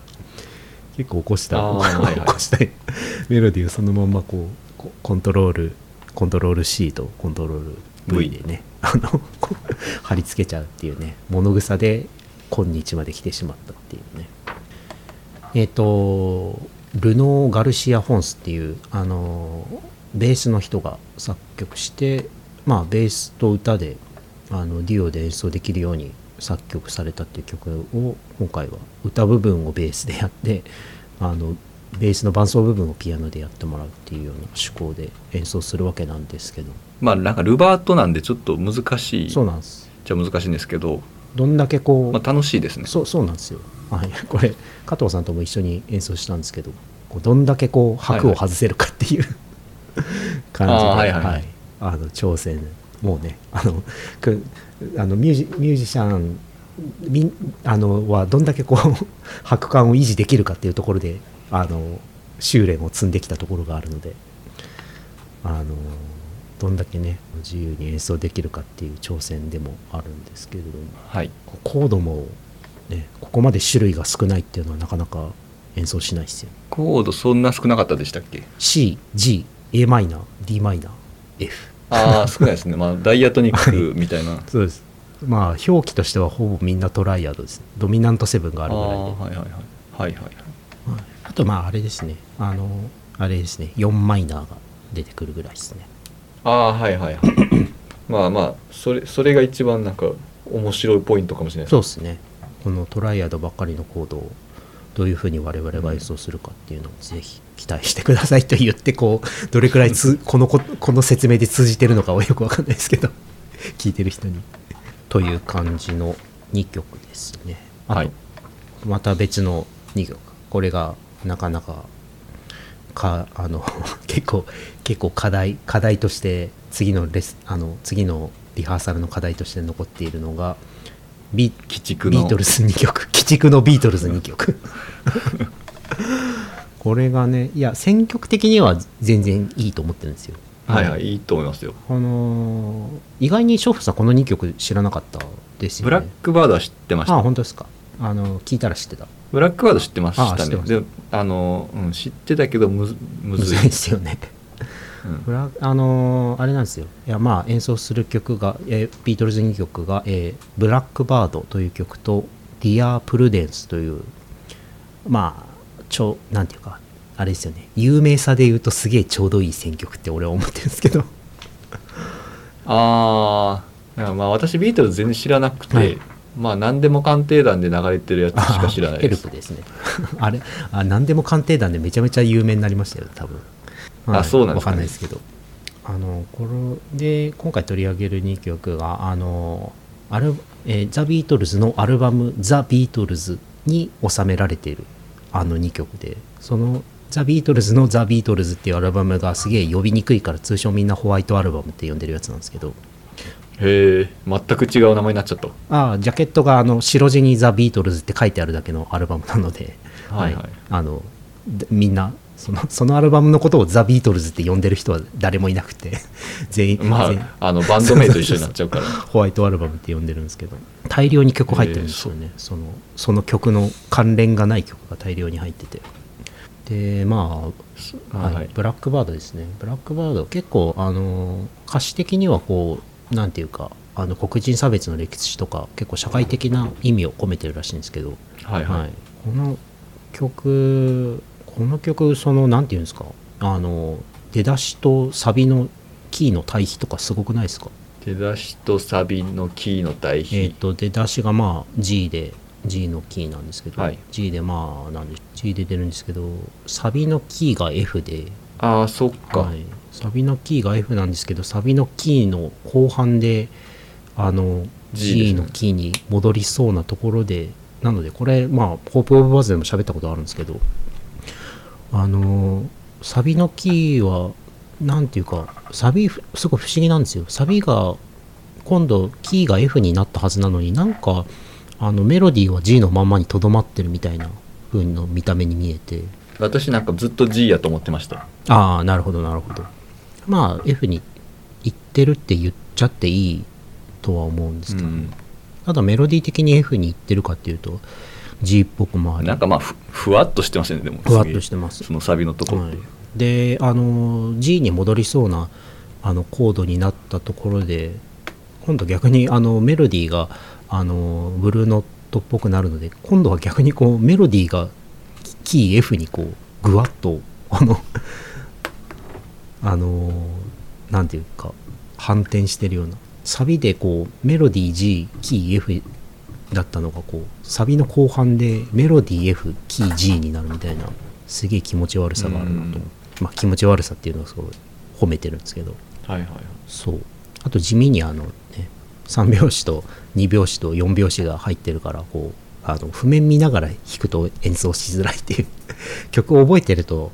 Speaker 1: 結構起こした
Speaker 2: あーはいはい
Speaker 1: 起こしたいメロディーをそのまんまこうこコントロールコントロール C とコントロール V でね、 あのこう貼り付けちゃうっていうね物草で今日まで来てしまったっていうねえっ、とルノー・ガルシア・ホンスっていうあのベースの人が作曲してまあベースと歌であのデュオで演奏できるように作曲されたっていう曲を今回は歌部分をベースでやってあのベースの伴奏部分をピアノでやってもらうっていうような趣向で演奏するわけなんですけど
Speaker 2: まあなんかルバートなんでちょっと難しい
Speaker 1: そうなんです
Speaker 2: じゃ難しいんですけど、
Speaker 1: どんだけこう、
Speaker 2: まあ、楽しいですね
Speaker 1: そうそうなんですよ、はい、 これ加藤さんとも一緒に演奏したんですけどこうどんだけこう拍を外せるかっていう、 感じで
Speaker 2: あーはいはいはい
Speaker 1: はいあの挑戦もうねあのくあのミュージミュージシャンみんあのはどんだけこう 拍感を維持できるかっていうところであの修練を積んできたところがあるのであのどんだけね自由に演奏できるかっていう挑戦でもあるんですけれども。
Speaker 2: はい
Speaker 1: コードも、ね、ここまで種類が少ないっていうのはなかなか演奏しないですよ
Speaker 2: コードそんな少なかったでしたっけ
Speaker 1: CGAmDmF
Speaker 2: ああ 少ないですねまあダイアトニックみたいな
Speaker 1: そうですまあ表記としてはほぼみんなトライアドですドミナントセブンがあ
Speaker 2: あ
Speaker 1: るぐらいで
Speaker 2: ーはいはいはいはいはいはい
Speaker 1: あ,、はい、あとまああれですねあのあれですね4マイナーが出てくるぐらいですね
Speaker 2: ああはいはいはいまあまあそれそれが一番なんか面白いポイントかもしれない
Speaker 1: そう
Speaker 2: う
Speaker 1: ですねこのトライアドばっかりのコードをどういうふうに我々が演奏するかっていうのをぜひ期待してくださいと言ってこうどれくらいつこのここの説明で通じてるのかはよくわかんないですけど 聞いてる人に。という感じの2曲ですね。あと
Speaker 2: はい
Speaker 1: また別の2曲これがなかなかかあの 結構結構課題課題として次のレスあの次のリハーサルの課題として残っているのがビ
Speaker 2: 鬼畜
Speaker 1: ビ
Speaker 2: の
Speaker 1: ートルズ2曲鬼畜のビートルズ2曲 これがねいや選曲的には全然いいと思ってるんですよ
Speaker 2: はいはいいいと思いますよ
Speaker 1: あのー意外にショフさんこの2曲知らなかったですよ
Speaker 2: ブ
Speaker 1: ね
Speaker 2: ラックバードは知ってました
Speaker 1: あ本当ですかあの聞いたら知ってた
Speaker 2: ブラックバード知ってました
Speaker 1: あ知って
Speaker 2: ね
Speaker 1: まし
Speaker 2: であの、うん、知ってたけどむずむずい
Speaker 1: 難しい ですよね
Speaker 2: うん
Speaker 1: ブラあのーあれなんですよいやまあ演奏する曲が、えービートルズ2曲が、えーブラックバード」という曲と「ディア・プルデンス」というまあちょなんていうかあれですよね有名さで言うとすげえちょうどいい選曲って俺は思ってるんですけど
Speaker 2: ああまあ私ビートルズ全然知らなくて、
Speaker 1: はい
Speaker 2: まあ何でも鑑定団で流れてるやつしか知らない
Speaker 1: ヘ
Speaker 2: で
Speaker 1: ル
Speaker 2: す
Speaker 1: プですねあれあ何でも鑑定団でめちゃめちゃ有名になりましたよ多分、
Speaker 2: あそうなん
Speaker 1: わ
Speaker 2: です
Speaker 1: か
Speaker 2: か
Speaker 1: ん
Speaker 2: ね
Speaker 1: ないですけどあのこれで今回取り上げる2曲があのアル、えーザ・ビートルズのアルバム「ザ・ビートルズ」に収められているあの2曲でその「ザ・ビートルズ」の「ザ・ビートルズ」っていうアルバムがすげえ呼びにくいから通称みんなホワイトアルバムって呼んでるやつなんですけど
Speaker 2: へえ全く違う名前になっちゃった
Speaker 1: ああジャケットがあの白地に「ザ・ビートルズ」って書いてあるだけのアルバムなので、
Speaker 2: はいはい
Speaker 1: あのでみんなそのそのアルバムのことを「ザ・ビートルズ」って呼んでる人は誰もいなくて 全員,全員、
Speaker 2: まああのバンド名と一緒になっちゃうから
Speaker 1: ホワイトアルバムって呼んでるんですけど大量に曲入ってるんですよね、そのその曲の関連がない曲が大量に入っててでまあ
Speaker 2: は
Speaker 1: はいい
Speaker 2: はい
Speaker 1: ブラックバードですねブラックバード結構あの歌詞的にはこうなんていうかあの黒人差別の歴史とか結構社会的な意味を込めてるらしいんですけど、
Speaker 2: はいはい
Speaker 1: この曲この曲そのなんていうんですかあの出だしとサビのキーの対比とかすごくないですか
Speaker 2: 出だしとサビのキーの対比、
Speaker 1: えー、と出だしがまあ G で G のキーなんですけど、
Speaker 2: はい
Speaker 1: G でまあなんで G で出るんですけどサビのキーが F で、
Speaker 2: ああそっか、
Speaker 1: はい、サビのキーが F なんですけどサビのキーの後半であの
Speaker 2: G です
Speaker 1: G
Speaker 2: ね
Speaker 1: のキーに戻りそうなところでなのでこれまあ「ホープ・オブ・バズ」でも喋ったことあるんですけどあのサビのキーはなんていうかサビふすごい不思議なんですよサビが今度キーが F になったはずなのになんかあのメロディーは G のまんまにとどまってるみたいな風の見た目に見えて
Speaker 2: 私なんかずっと G やと思ってました
Speaker 1: ああなるほどなるほどまあ F に行ってるって言っちゃっていいとは思うんですけど、
Speaker 2: うん
Speaker 1: ただメロディー的に F に行ってるかっていうと G っぽくもあり
Speaker 2: なんかまあふふわっとしてますよねでも
Speaker 1: ふわっとしててます
Speaker 2: そのサビのところっ
Speaker 1: は
Speaker 2: て、
Speaker 1: い、であの G に戻りそうなあのコードになったところで今度逆にあのメロディーがあのブルーノットっぽくなるので今度は逆にこうメロディーがキー F にこうぐわっとあのあのなんていうか反転してるようなサビでこうメロディー G キー F だったのがこうサビの後半でメロディー F キー G になるみたいなすげえ気持ち悪さがあるなと思う
Speaker 2: うん
Speaker 1: まあ、気持ち悪さっていうのをすごい褒めてるんですけど
Speaker 2: はいはいはい
Speaker 1: そうあと地味にあの、ね、3拍子と2拍子と4拍子が入ってるからこうあの譜面見ながら弾くと演奏しづらいっていう 曲を覚えてると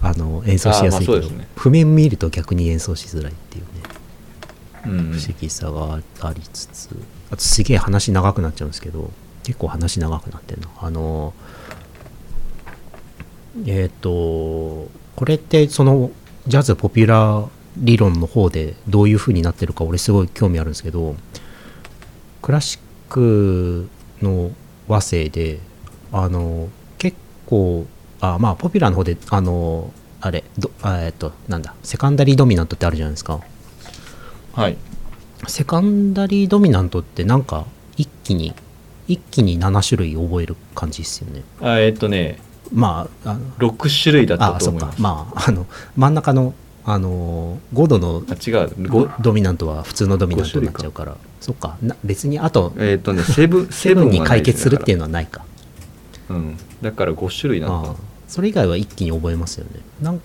Speaker 1: あの演奏しやすいけ
Speaker 2: あーまあそ
Speaker 1: ど、
Speaker 2: うですね
Speaker 1: 譜面見ると逆に演奏しづらいっていうね
Speaker 2: うん
Speaker 1: 不思議さがありつつあとすげえ話長くなっちゃうんですけど結構話長くなってるのあのえっ、とこれってそのジャズポピュラー理論の方でどういう風になってるか俺すごい興味あるんですけどクラシックの和声であの結構あまあポピュラーの方であのあれどあえっとなんだセカンダリードミナントってあるじゃないですか。
Speaker 2: はい
Speaker 1: セカンダリードミナントってなんか一気に一気に7種類覚える感じですよね
Speaker 2: あえっとね
Speaker 1: まああの
Speaker 2: 6種類だった
Speaker 1: あ
Speaker 2: と
Speaker 1: そっ
Speaker 2: 思いま
Speaker 1: か
Speaker 2: す
Speaker 1: まああの真ん中のあの5度の
Speaker 2: あ違うご
Speaker 1: ドミナントは普通のドミナントになっちゃうからそっかな別にあと
Speaker 2: えっとねセブンセ
Speaker 1: セ
Speaker 2: ブ
Speaker 1: ブ
Speaker 2: ン
Speaker 1: ンに
Speaker 2: はない
Speaker 1: 解
Speaker 2: で
Speaker 1: 決するっていう
Speaker 2: だ
Speaker 1: のはないか
Speaker 2: からうんだから5種類なのか
Speaker 1: あ
Speaker 2: な
Speaker 1: それ以外は一気に覚えますよねなん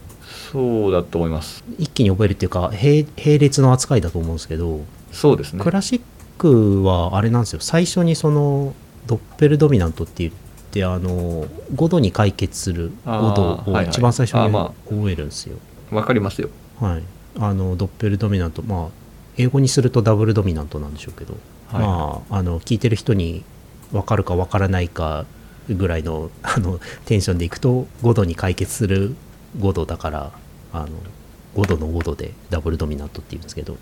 Speaker 2: そうだと思います
Speaker 1: 一気に覚えるっていうか並並列の扱いだと思うんですけど
Speaker 2: そうですね
Speaker 1: クラシックはあれなんですよ最初にそのドッペルドミナントって言ってあの5度に解決する
Speaker 2: あー
Speaker 1: 5度を
Speaker 2: はいはい
Speaker 1: 一番最初
Speaker 2: あー
Speaker 1: に
Speaker 2: ま
Speaker 1: 覚えるんですよ。
Speaker 2: わかりますよ
Speaker 1: はい、あのドッペルドミナントまあ英語にするとダブルドミナントなんでしょうけど、
Speaker 2: はい
Speaker 1: まああの聞いてる人に分かるか分からないかぐらいの あのテンションでいくと5度に解決する5度だからあの5度の5度でダブルドミナントっていうんですけど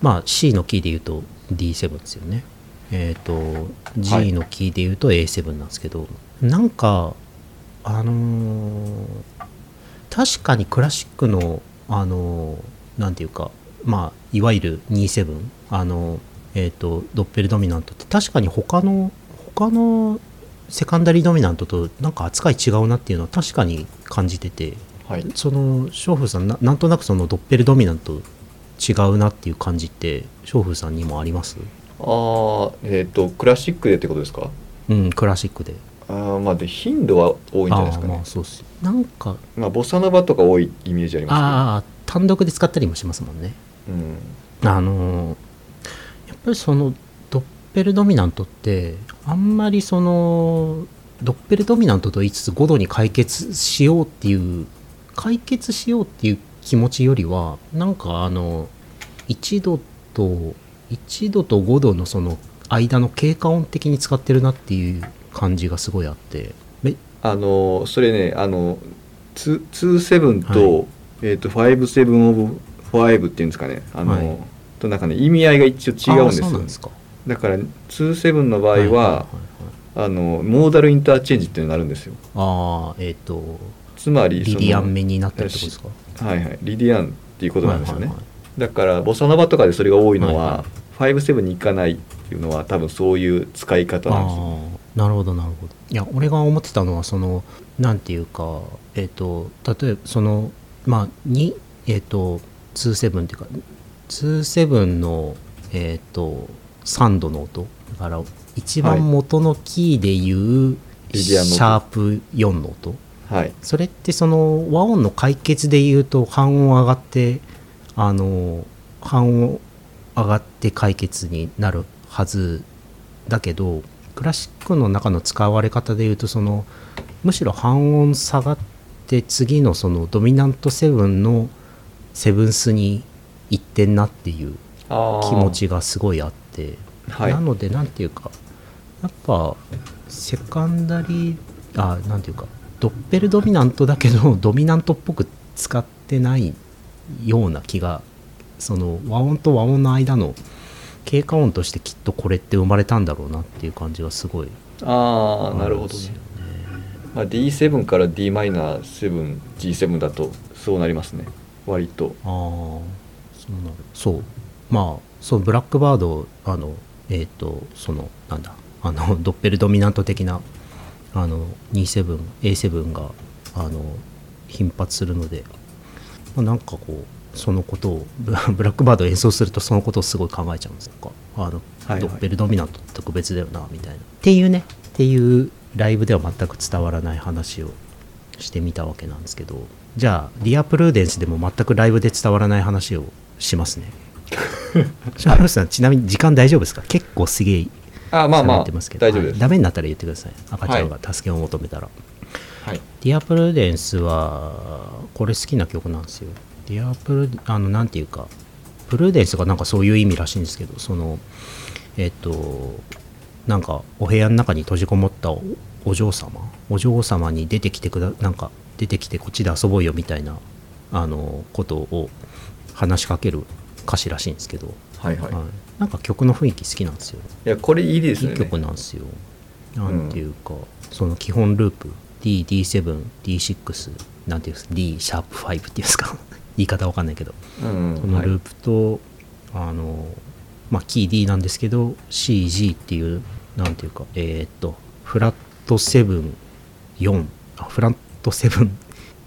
Speaker 1: まあ C のキーで言うと D7 ですよねえっ、と
Speaker 2: はい
Speaker 1: G のキーで言うと A7 なんですけど、なんかあのー確かにクラシックの、あのーなんていうか、まあ、いわゆる27、あのーえっとドッペルドミナントって確かに他の他のセカンダリードミナントとなんか扱い違うなっていうのは確かに感じてて
Speaker 2: はい
Speaker 1: その翔風さんななんとなくそのドッペルドミナント違うなっていう感じって翔風さんにもあります
Speaker 2: あーえっ、とクラシックでってことですか
Speaker 1: うんクラシックで
Speaker 2: あーまあで頻度は多いんじゃないですか
Speaker 1: ああま
Speaker 2: ね
Speaker 1: あそうっすなんか
Speaker 2: まあボサノバとか多いイメージありま
Speaker 1: ああ単独で使ったりもしますもんね
Speaker 2: すけどうん
Speaker 1: あのーやっぱりそのドッペルドミナントってあんまりそのドッペルドミナントと言いつつ5度に解決しようっていう解決しようっていう気持ちよりはなんかあの1度と1度と5度のその間の経過音的に使ってるなっていう感じがすごいあってめ
Speaker 2: あのそれねあのツーセブンと、
Speaker 1: は
Speaker 2: えっ、とファイブセブンオブファイブっていうんですかねあの、
Speaker 1: はい
Speaker 2: となんかね意味合いが一応違うんです
Speaker 1: あー
Speaker 2: よ
Speaker 1: そうなんですか
Speaker 2: だからツーセブンの場合は、
Speaker 1: いいいい
Speaker 2: あのモーダルインターチェンジっていうのになるんですよ
Speaker 1: ああえっ、と
Speaker 2: つまり
Speaker 1: リ
Speaker 2: その
Speaker 1: リアン目になってるってことですか
Speaker 2: はいはいリディアンっていうことなんですよね、
Speaker 1: はいはいはい
Speaker 2: だからボサノバとかでそれが多いのは、
Speaker 1: はいはい
Speaker 2: フ57に行かないっていうのは多分そういう使い方なんですよ
Speaker 1: ああなるほどなるほどいや俺が思ってたのはそのなんていうかえっ、と例えばそのまあにえっ、と27っていうか27のえっ、と3度の音だから一番元のキーでいう、
Speaker 2: リ
Speaker 1: シ
Speaker 2: ディアンの音
Speaker 1: ャープ4の音
Speaker 2: はい
Speaker 1: それってその和音の解決で言うと半音上がってあの半音上がって解決になるはずだけどクラシックの中の使われ方で言うとそのむしろ半音下がって次のそのドミナントセブンのセブンスに行ってんなっていう気持ちがすごいあって、
Speaker 2: はい
Speaker 1: なのでなんていうかやっぱセカンダリーあなんていうかドッペルドミナントだけど ドミナントっぽく使ってないような気がその和音と和音の間の経過音としてきっとこれって生まれたんだろうなっていう感じがすごい
Speaker 2: あ
Speaker 1: あ
Speaker 2: あなるほ
Speaker 1: んで
Speaker 2: ど
Speaker 1: す
Speaker 2: ね
Speaker 1: よね。
Speaker 2: まあ、D7 から Dm7G7 だとそうなりますね割と
Speaker 1: ああそうなるそうまあそのブラックバードあのえっ、とそのなんだあのドッペルドミナント的なあの 27A7 があの頻発するので、まあ、なんかこうそのことをブラ ブラックバードを演奏するとそのことをすごい考えちゃうんですとかあの、
Speaker 2: いはい
Speaker 1: ドッペルドミナントって特別だよなみたいなっていうねっていうライブでは全く伝わらない話をしてみたわけなんですけどじゃあディアプルーデンスでも全くライブで伝わらない話をしますね シャーロさんちなみに時間大丈夫ですか結構すげえ
Speaker 2: あーまあま
Speaker 1: 喋
Speaker 2: あ
Speaker 1: ってますけど
Speaker 2: 大丈夫で
Speaker 1: はい
Speaker 2: す、
Speaker 1: ダメになったら言ってください赤ちゃんが助けを求めたら、
Speaker 2: はい、
Speaker 1: ディアプルーデンスはこれ好きな曲なんですよディアプルあのなんていうかプルーデンスがなんかそういう意味らしいんですけどそのえっとなんかお部屋の中に閉じこもったおお嬢様お嬢様に出てきてくだなんか出てきてこっちで遊ぼうよみたいなあのことを話しかける歌詞らしいんですけど、
Speaker 2: はいはい
Speaker 1: はいなんか曲の雰囲気好きなんですよ
Speaker 2: いやこれいいです
Speaker 1: い
Speaker 2: よ
Speaker 1: い
Speaker 2: ね
Speaker 1: 曲なんですよ。なんていうか、その基本ループ D、D7、D6、なんていうんです D シャープ5っていうんですか 言い方わかんないけど、
Speaker 2: うん
Speaker 1: この
Speaker 2: はい
Speaker 1: ループと、あの、まあ、キー D なんですけど、CG っていう、なんていうか、えーっと、フラット7、4、あフラット7、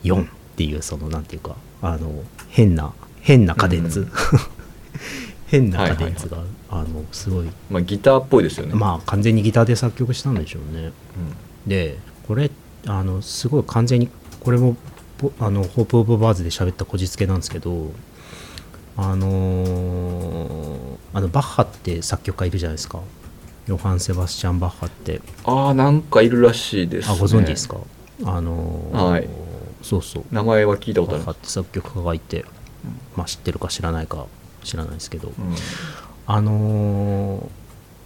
Speaker 1: 4っていう、その、なんていうか、あの、変な、変なカデンツ。
Speaker 2: うん
Speaker 1: 変なカデンツが、あの、すごい
Speaker 2: まあギターっぽいですよね、
Speaker 1: まあ完全にギターで作曲したんでしょうねでこれあのすごい完全にこれもぼあのホープ・オブ・バーズで喋ったこじつけなんですけどあのーあのバッハって作曲家いるじゃないですかヨハン・セバスチャン・バッハって
Speaker 2: うん、ああなんかいるらしいです、ね、
Speaker 1: あご存知ですか、あのー
Speaker 2: はい
Speaker 1: そうそう
Speaker 2: 名前は聞いたこと
Speaker 1: バ
Speaker 2: あり
Speaker 1: ッハ
Speaker 2: ま
Speaker 1: って作曲家がいて、まあ、知ってるか知らないか知らないですけど、
Speaker 2: す、
Speaker 1: あのー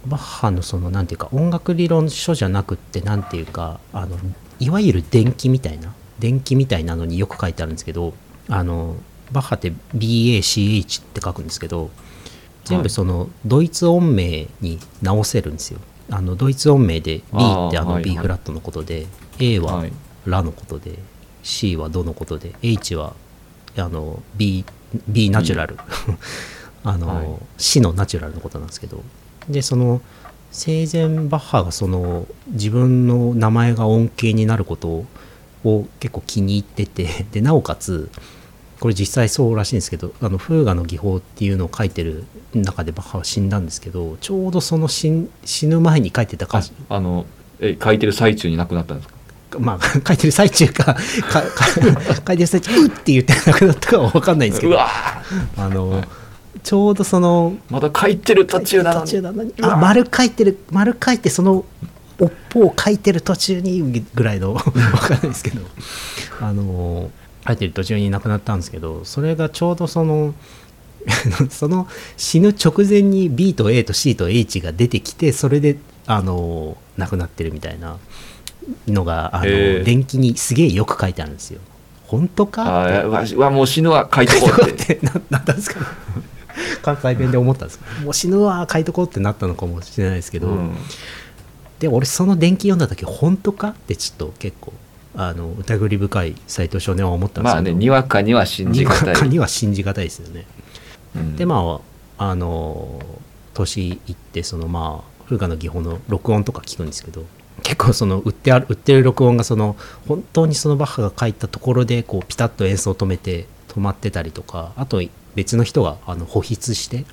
Speaker 1: バッハのそのなんていうか音楽理論書じゃなくってなんていうかあのいわゆる電気みたいな電気みたいなのによく書いてあるんですけどあのバッハって BACH って書くんですけど全
Speaker 2: は
Speaker 1: 部
Speaker 2: い
Speaker 1: そのドイツ音名に直せるんですよ。あのドイツ音名で B
Speaker 2: あー
Speaker 1: ってあ
Speaker 2: は
Speaker 1: の
Speaker 2: い
Speaker 1: B
Speaker 2: はい
Speaker 1: フラットのことで A は
Speaker 2: はい
Speaker 1: ラのことで C はドのことで H はあの B, B ナチュラル あの、
Speaker 2: はい
Speaker 1: C のナチュラルのことなんですけどでその生前バッハがその自分の名前が恩恵になることを結構気に入っててでなおかつこれ実際そうらしいんですけどあのフーガの技法っていうのを書いてる中でバッハは死んだんですけどちょうどその死ん死ぬ前に書いてた歌詞
Speaker 2: ああのえ書いてる最中に亡くなったんですか
Speaker 1: まあ、 書いてる最中か、か か書いてる最中、うっって言ってなくなったかは分かんないんですけ
Speaker 2: う
Speaker 1: ど、
Speaker 2: わー
Speaker 1: あの、ちょうだその、
Speaker 2: まだ書いてる途中なのに
Speaker 1: あ丸書いてる、丸書いて、その、おっぽを書いてる途中にぐらい の、分かんないですけど、あの、書いてる途中に亡くなったんですけど、それがちょうどその、 あのその死ぬ直前に B と A と C と H が出てきてそれであの亡くなってるみたいなのがあの、
Speaker 2: へえ
Speaker 1: 電気にすげえよく書いてあるんですよ。本当か
Speaker 2: あーわしうわもう死ぬわ 書いとこうって
Speaker 1: ってななったんですかね関西弁で思ったんですかもう死ぬわ書いとこうってなったのかもしれないですけど、
Speaker 2: うん
Speaker 1: で俺その電気読んだ時本当かってちょっと結構あの疑り深い斎藤少年は思ったんです
Speaker 2: ま
Speaker 1: け
Speaker 2: あ
Speaker 1: ど
Speaker 2: ねにわかには信じがた
Speaker 1: にわか
Speaker 2: い、
Speaker 1: には信じがたいですよね。
Speaker 2: うん
Speaker 1: でまああの年行ってそのまあ古川の技法の録音とか聞くんですけど結構その売ってある売ってる録音がその本当にそのバッハが書いたところでこうピタッと演奏を止めて止まってたりとかあと別の人があの補筆して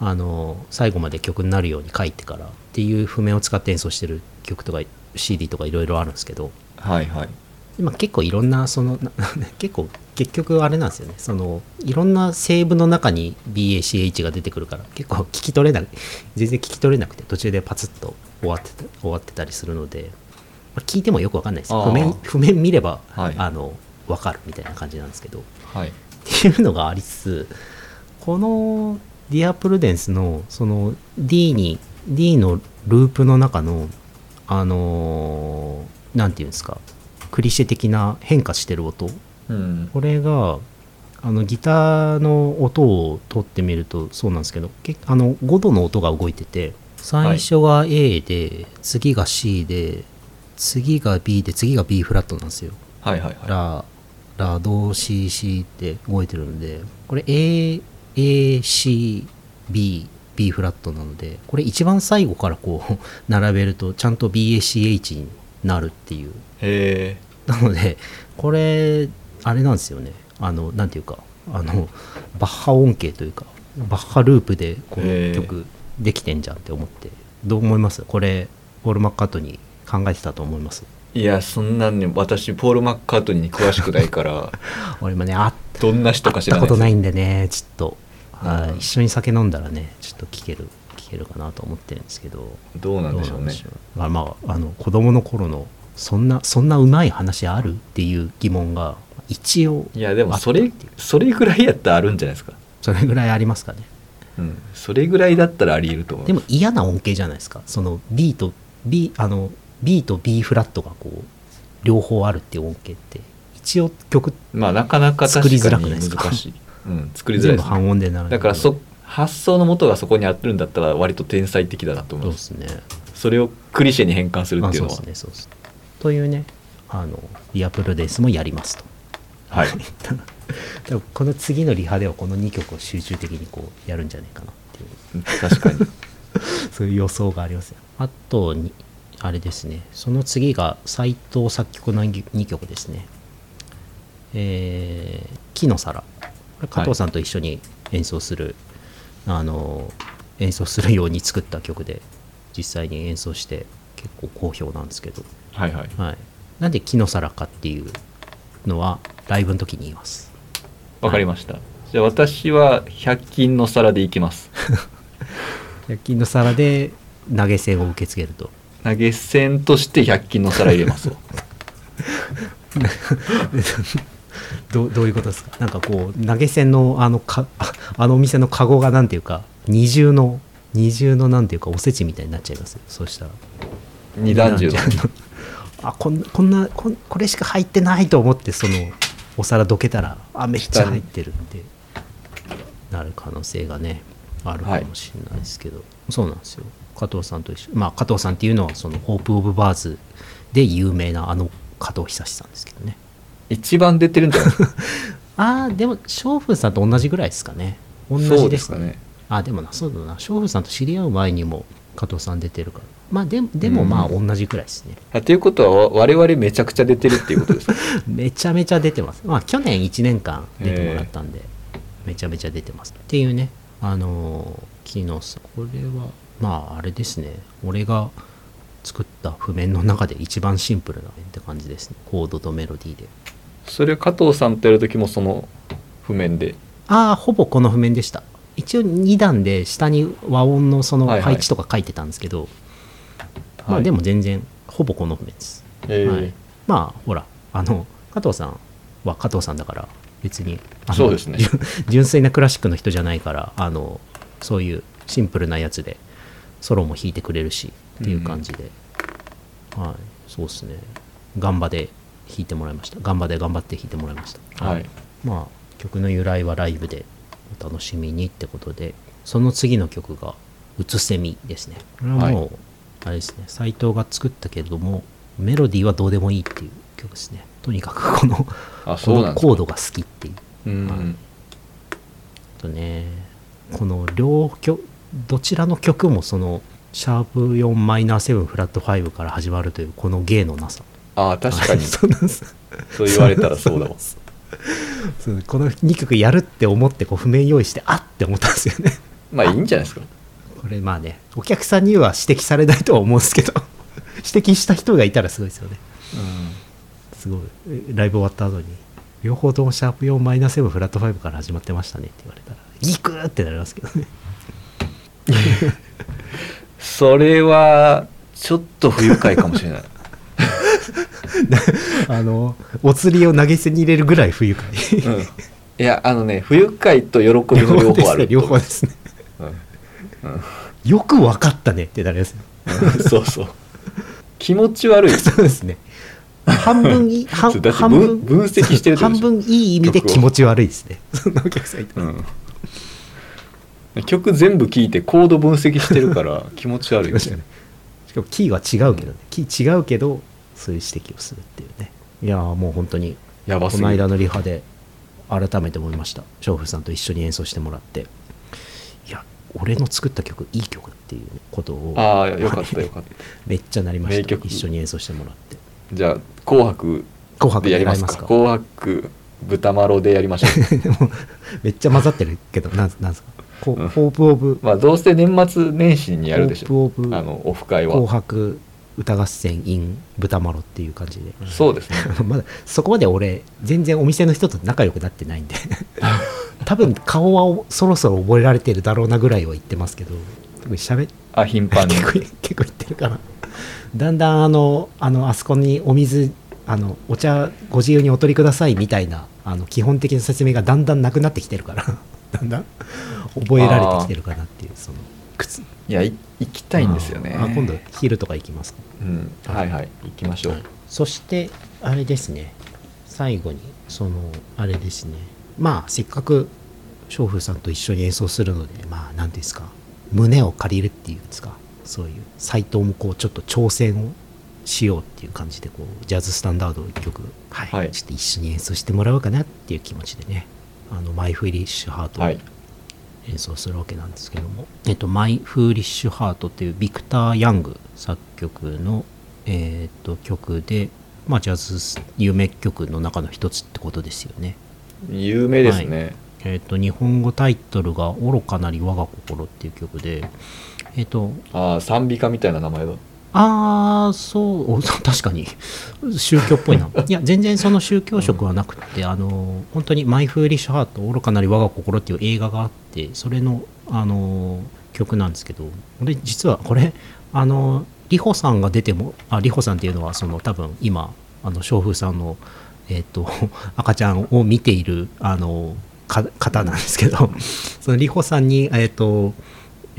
Speaker 1: あの最後まで曲になるように書いてからっていう譜面を使って演奏してる曲とか CD とかいろいろあるんですけど
Speaker 2: はいはい
Speaker 1: 今結構いろんなその な結構結局あれなんですよねそのいろんな成分の中に BACH が出てくるから結構聞き取れない全然聞き取れなくて途中でパツッと終わってた終わってたりするので、まあ聞いてもよくわかんないです
Speaker 2: あー
Speaker 1: 譜面譜面見れば、
Speaker 2: はい
Speaker 1: あのわかるみたいな感じなんですけど
Speaker 2: はい
Speaker 1: っていうのがありつつこの「ディア・プルデンスの」その D に D のループの中のあのーなんていうんですかクリシェ的な変化してる音
Speaker 2: うん
Speaker 1: これがあのギターの音を取ってみるとそうなんですけどけあの5度の音が動いてて最初が A で、次が C で次が B で次が B フラットなんですよ。
Speaker 2: はいはいは
Speaker 1: ラ、ラ、ド、シ、シって動いてるんで、これ A、A、C、B、B フラットなので、これ一番最後からこう 並べるとちゃんと BACH になるっていう。
Speaker 2: いへえ
Speaker 1: なので、これ、あれなんですよね。あの、なんていうか、あの、バッハ音形というか、バッハループでこ
Speaker 2: へ
Speaker 1: の
Speaker 2: ー
Speaker 1: 曲できてんじゃんって思って、どう思いますこれ、ポール・マッカートニー考えてたと思います
Speaker 2: いやそんなんね私ポール・マッカートニーに詳しくないから
Speaker 1: 俺もね、あ
Speaker 2: どんな人か知
Speaker 1: 行った
Speaker 2: らない
Speaker 1: こ
Speaker 2: で
Speaker 1: と
Speaker 2: す
Speaker 1: ないんでねちょっと、はい
Speaker 2: うん
Speaker 1: 一緒に酒飲んだらねちょっと聞ける聞けるかなと思ってるんですけど
Speaker 2: どうなんでしょうね
Speaker 1: まあまああの子供の頃のそんなそんなうまい話あるっていう疑問が一応
Speaker 2: いやでもそ
Speaker 1: あった
Speaker 2: れ
Speaker 1: っていう
Speaker 2: それぐらいやったらあるんじゃないですか
Speaker 1: それぐらいありますかね
Speaker 2: うんそれぐらいだったらあり得ると思う
Speaker 1: でも嫌な音形じゃないですかその B と B あの B と B フラットがこう両方あるっていう音形って一応曲
Speaker 2: まあなかなか確
Speaker 1: 作りづ
Speaker 2: から
Speaker 1: く
Speaker 2: に
Speaker 1: ないですか
Speaker 2: 難しいうん作りづら
Speaker 1: 全部
Speaker 2: いです、
Speaker 1: 半音でなる
Speaker 2: だからそ発想の元がそこにあってるんだったら割と天才的だなと思い
Speaker 1: そう
Speaker 2: ま
Speaker 1: ですすね
Speaker 2: それをクリシェに変換するっていうの
Speaker 1: あ
Speaker 2: は
Speaker 1: そうですねそうですというねあのリアプロデースもやりますと
Speaker 2: はい
Speaker 1: 多分この次のリハではこの2曲を集中的にこうやるんじゃないかなっていう
Speaker 2: 確 かに
Speaker 1: そういう予想がありますねあとにあれですねその次が斎藤作曲の2曲ですねえー「木の皿」これ加藤さんと一緒に演奏する、あの演奏するように作った曲で実際に演奏して結構好評なんですけど
Speaker 2: はいはい
Speaker 1: はい、なんで木の皿かっていうのはライブの時に言います
Speaker 2: わかりましたじゃあ私は100均の皿でいきます
Speaker 1: 焼きの皿で投げ銭を受け付けると
Speaker 2: 投げ銭として100均の皿入れ ますわ
Speaker 1: どうどういうことですかなんかこう投げ銭のあのか ああのお店のカゴがなんていうか二重の二重のなんていうかおせちみたいになっちゃいますよそうしたら
Speaker 2: 二段重の
Speaker 1: 二重のあこんこんなこんこれしか入ってないと思ってそのお皿どけたらあめっちゃ入ってるってなる可能性がねあるかもしれないですけど、そうなんですよ加藤さんと一緒まあ加藤さんっていうのはその「ホープ・オブ・バーズ」で有名なあの加藤久志さんですけどね
Speaker 2: 一番出てるんじゃないですか
Speaker 1: ああでも翔風さんと同じぐらいですかね同
Speaker 2: そ
Speaker 1: じ
Speaker 2: う
Speaker 1: で
Speaker 2: ですす
Speaker 1: か
Speaker 2: か
Speaker 1: ね
Speaker 2: ね
Speaker 1: あでもなそうだな翔風さんと知り合う前にも加藤さん出てるからまあでもでもまあ同じぐらいですね、
Speaker 2: あということは我々めちゃくちゃ出てるっていうことですか
Speaker 1: めちゃめちゃ出てます。まあ、去年1年間出てもらったんで、めちゃめちゃ出てます。っていうね、あのー、昨日さ、これは、まあ、あれですね、俺が作った譜面の中で一番シンプルな譜面って感じですね。コードとメロディーで。
Speaker 2: それ加藤さんとやる時もその譜面で
Speaker 1: ああ、ほぼこの譜面でした。一応2段で下に和音のその
Speaker 2: はいはい
Speaker 1: 配置とか書いてたんですけど、ま
Speaker 2: は
Speaker 1: あ
Speaker 2: い
Speaker 1: でも全然、ほぼこの譜面です。
Speaker 2: えー
Speaker 1: はい、まあほらあの加藤さんは加藤さんだから別にあの
Speaker 2: そうですね
Speaker 1: 純粋なクラシックの人じゃないからあのそういうシンプルなやつでソロも弾いてくれるしっていう感じで、はいそうですねガンバで弾いてもらいましたガンバで頑張って弾いてもらいました
Speaker 2: はい
Speaker 1: まあ曲の由来はライブでお楽しみにってことでその次の曲が「うつせみ」ですねこれはもう、
Speaker 2: はい
Speaker 1: あれですね斎藤が作ったけれどもメロディーはどうでもいいっていう曲ですねとにかくこの
Speaker 2: あ
Speaker 1: こ
Speaker 2: そう
Speaker 1: の
Speaker 2: なんです
Speaker 1: コー
Speaker 2: か
Speaker 1: ドが好きっていう
Speaker 2: う
Speaker 1: はい
Speaker 2: ん
Speaker 1: あとねこの両曲どちらの曲もそのシャープ4マイナー7フラット5から始まるというこの芸のなさ
Speaker 2: ああ確かにそ
Speaker 1: そうなんです
Speaker 2: う言われた ら そうだわ
Speaker 1: そうこの2曲やるって思ってこう譜面用意してあっって思ったんですよね
Speaker 2: まあいいんじゃないですか
Speaker 1: これまあねお客さんには指摘されないとは思うんですけど 指摘した人がいたらすごいですよねすごいえライブ終わった後に両方ともシャープ4マイナー7フラット5から始まってましたねって言われたらギクーってなりますけ どね
Speaker 2: それはちょっと不愉快かもしれない
Speaker 1: あのお釣りを投げ銭に入れるぐら い不愉快
Speaker 2: うんいやあのね不愉快と喜びの両方 ある
Speaker 1: 両方ですね
Speaker 2: うんうん
Speaker 1: よく分かったねってなりますよ
Speaker 2: そうそう気持ち悪い
Speaker 1: そうですね半分 い半
Speaker 2: だって分
Speaker 1: 半分
Speaker 2: 分析してるってこと
Speaker 1: 半
Speaker 2: でしょ
Speaker 1: 分いい意味で気持ち悪いですねそんなお客さんいたら
Speaker 2: うん、曲全部聴いてコード分析して るから気持ち悪い
Speaker 1: いましたねしかもキーは違うけどね、キー違うけどそういう指摘をするっていうねいやーもう本当に
Speaker 2: やば
Speaker 1: こ
Speaker 2: すぎ
Speaker 1: の
Speaker 2: る
Speaker 1: 間のリハで改めて思いました娼婦さんと一緒に演奏してもらっていや俺の作った曲いい曲っていうことを
Speaker 2: ああよかったよかった
Speaker 1: めっちゃなりまし
Speaker 2: 名
Speaker 1: た
Speaker 2: 曲
Speaker 1: 一緒に演奏してもらって
Speaker 2: じゃあ「紅白」
Speaker 1: 「紅白」
Speaker 2: でやりますか「紅白豚まろ」でやりましょ う
Speaker 1: でもめっちゃ混ざってるけどなんなんですかこ
Speaker 2: うん
Speaker 1: うホープ・オブ・
Speaker 2: まあどうせ年末年始にやるでしょ
Speaker 1: ホープ・
Speaker 2: あ
Speaker 1: オブ
Speaker 2: のオフ会
Speaker 1: 紅
Speaker 2: は
Speaker 1: 白歌合戦 in 豚まろっていう感じで
Speaker 2: そうですね
Speaker 1: まだそこまで俺全然お店の人と仲良くなってない んで多分顔はおそろそろ覚えられてるだろうなぐらいは言ってますけど特に喋っ
Speaker 2: あ頻繁に
Speaker 1: 結構結構言ってるからだんだんあのあのあそこにお水あのお茶ご自由にお取りくださいみたいなあの基本的な説明がだんだんなくなってきてるから だんだん覚えられてきてるかなっていうその靴
Speaker 2: いやい行きたいんですよね
Speaker 1: あ今度昼とか行きますか
Speaker 2: うんはいはい行きましょ
Speaker 1: はいうそしてあれですね最後にそのあれですねまあせっかく娼婦さんと一緒に演奏するのでまあ何ですか胸を借りるっていうんですかそういう斎藤もこうちょっと挑戦をしようっていう感じでこうジャズスタンダードを一曲、はい
Speaker 2: はい
Speaker 1: ちょっと一緒に演奏してもらおうかなっていう気持ちでねあのマイフィリッシュハートを
Speaker 2: はい
Speaker 1: 演奏するわけなんですけども「えっと、マイ・フーリッシュ・ハート」っていうビクター・ヤング作曲の、えっと曲で、まあ、ジャズ有名曲の中の一つってことですよね。
Speaker 2: 有名ですね
Speaker 1: えっと日本語タイトルが「愚かなり我が心」っていう曲で、えっと
Speaker 2: ああ賛美歌みたいな名前だ
Speaker 1: ああそうお そう確かに宗教っぽいないや全然その宗教色はなくって、あの本当に「マイ・フーリッシュ・ハート愚かなり我が心」っていう映画があってそれのあの曲なんですけど俺実はこれあのリホさんが出てもあリホさんっていうのはその多分今あの娼婦さんの、えっと 赤ちゃんを見ているあのか方なんですけどそのリホさんにえっ、と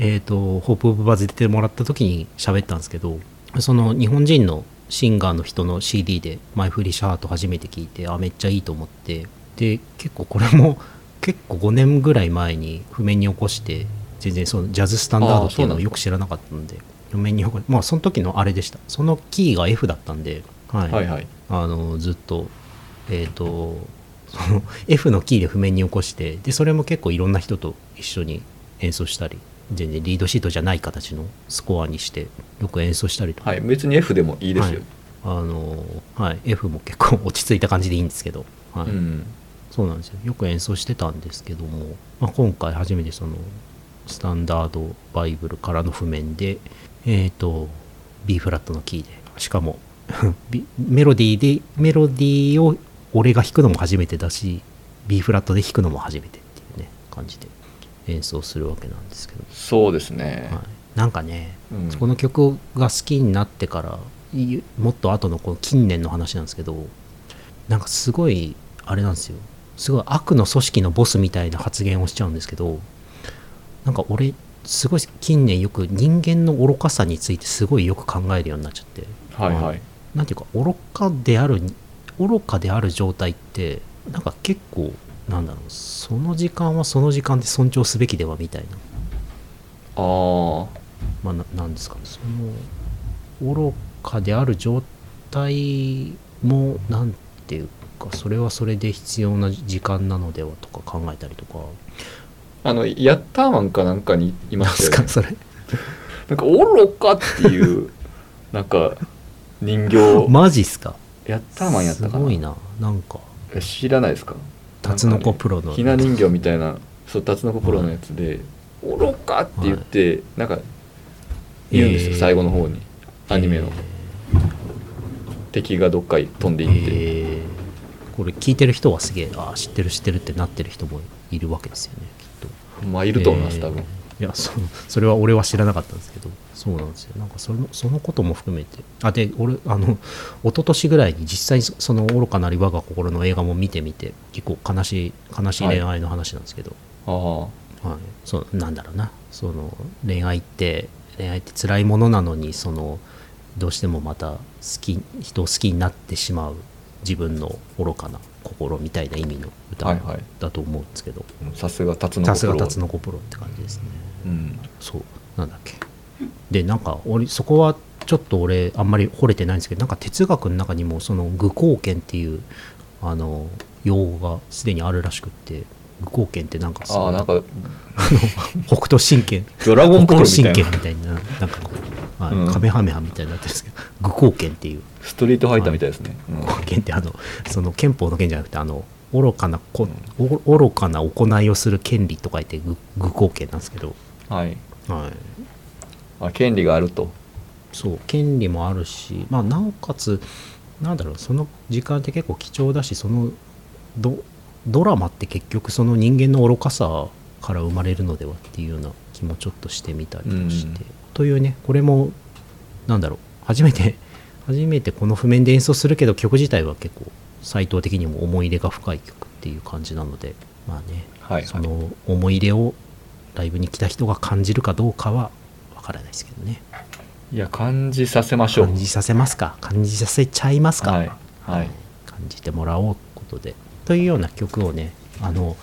Speaker 1: えー、と「ホープ・オブ・バズ」出てもらった時に喋ったんですけどその日本人のシンガーの人の CD で「マイ・フリ・シャート」初めて聞いてあめっちゃいいと思ってで結構これも 結構5年ぐらい前に譜面に起こして全然そのジャズスタンダードっていうのを
Speaker 2: あーそうなんだ
Speaker 1: よく知らなかったので譜面に起こまあその時のあれでしたそのキーが F だったんで、はい
Speaker 2: はいはい
Speaker 1: あのずっとえっ、とその F のキーで譜面に起こしてでそれも結構いろんな人と一緒に演奏したり全然リードシートじゃない形のスコアにしてよく演奏したりとか、
Speaker 2: はい別に F でもいいですよ
Speaker 1: はいあのはい、F も結構落ち着いた感じでいいんですけど、はい
Speaker 2: うん
Speaker 1: そうなんですよよく演奏してたんですけども、まあ、今回初めてそのスタンダードバイブルからの譜面でえっ、と B フラットのキーでしかも B メロディーでメロディーを俺が弾くのも初めてだし B フラットで弾くのも初めてっていうね感じで演奏するわけなんですけど、
Speaker 2: そうですね
Speaker 1: はい、なんかね
Speaker 2: うん
Speaker 1: この曲が好きになってからいもっと後のこの近年の話なんですけどなんかすごいあれなんですよすごい悪の組織のボスみたいな発言をしちゃうんですけどなんか俺すごい近年よく人間の愚かさについてすごいよく考えるようになっちゃって
Speaker 2: はいはい
Speaker 1: なんていうか愚かである愚かである状態ってなんか結構なんだろうその時間はその時間で尊重すべきではみたいな
Speaker 2: ああ
Speaker 1: まあ、ななんですかねその愚かである状態もなんていうかそれはそれで必要な時間なのではとか考えたりとか
Speaker 2: あのヤッターマンかなんかにいま
Speaker 1: なん
Speaker 2: し
Speaker 1: す
Speaker 2: た
Speaker 1: か
Speaker 2: よね
Speaker 1: それ
Speaker 2: なんか愚かっていうなんか人 形、
Speaker 1: マジっすか
Speaker 2: ヤッターマンやった
Speaker 1: す
Speaker 2: か
Speaker 1: ご
Speaker 2: ない
Speaker 1: ななんか
Speaker 2: え知らないですか
Speaker 1: タツノコプロの
Speaker 2: ひな人形みたいなそうタツノコプロのやつで「愚か!」って言って、なんか言うんですよ、
Speaker 1: えー
Speaker 2: 最後の方にアニメの、敵がどっかに飛んで
Speaker 1: え
Speaker 2: いって、
Speaker 1: ーえーこれ聞いてる人はすげえあー知ってる知ってるってなってる人もいるわけですよねきっと
Speaker 2: まあいると思います、多
Speaker 1: え
Speaker 2: 分
Speaker 1: ーいやそそれは俺は知らなかったんですけどそうなんですよなんかそのそのことも含めてあで俺あの一昨年ぐらいに実際にそその「愚かなり我が心」の映画も見てみて結構悲しい悲しい恋愛の話なんですけど、
Speaker 2: あ
Speaker 1: はいそうなんだろうなその恋愛って恋愛って辛いものなのにそのどうしてもまた好き人を好きになってしまう自分の愚かな心みたいな意味の
Speaker 2: は
Speaker 1: 歌
Speaker 2: いはい
Speaker 1: だと思うんですけど
Speaker 2: あさすがタツノコ
Speaker 1: さ
Speaker 2: プ
Speaker 1: す
Speaker 2: ロ
Speaker 1: がタツノコプロって感じですね
Speaker 2: うん
Speaker 1: そうなんだっけでなんか俺そこはちょっと俺あんまり惚れてないんですけどなんか哲学の中にもその愚行権っていうあの用語がすでにあるらしくって愚行権ってなんかす
Speaker 2: あ
Speaker 1: ご
Speaker 2: あ
Speaker 1: い
Speaker 2: なんか
Speaker 1: 北斗神拳
Speaker 2: ドラゴン
Speaker 1: 北
Speaker 2: ボール
Speaker 1: 斗
Speaker 2: みた
Speaker 1: 神拳み
Speaker 2: いな
Speaker 1: たいななんかこう、はい
Speaker 2: うん
Speaker 1: カメハメハみたいになってるんですけど愚行拳っていう
Speaker 2: ストリートファイターみたいですね、うん
Speaker 1: 愚行拳ってあのその憲法の憲じゃなくてあの愚かなこお愚かな行いをする権利と書いて愚愚行権なんですけど、
Speaker 2: はい
Speaker 1: はい、
Speaker 2: あ権利があると
Speaker 1: そう権利もあるし、まあ、なおかつなんだろうその時間って結構貴重だしそのドドラマって結局その人間の愚かさから生まれるのではっていうような気もちょっとしてみたりもして、
Speaker 2: うん
Speaker 1: というねこれもなんだろう初めて初めてこの譜面で演奏するけど曲自体は結構斎藤的にも思い入れが深い曲っていう感じなのでまあね、
Speaker 2: はいはい
Speaker 1: その思い入れをライブに来た人が感じるかどうかはわからないですけどね。
Speaker 2: いや感じさせましょう
Speaker 1: 感じさせますか感じさせちゃいますか、
Speaker 2: はいはい
Speaker 1: 感じてもらおうことでというような曲をねあの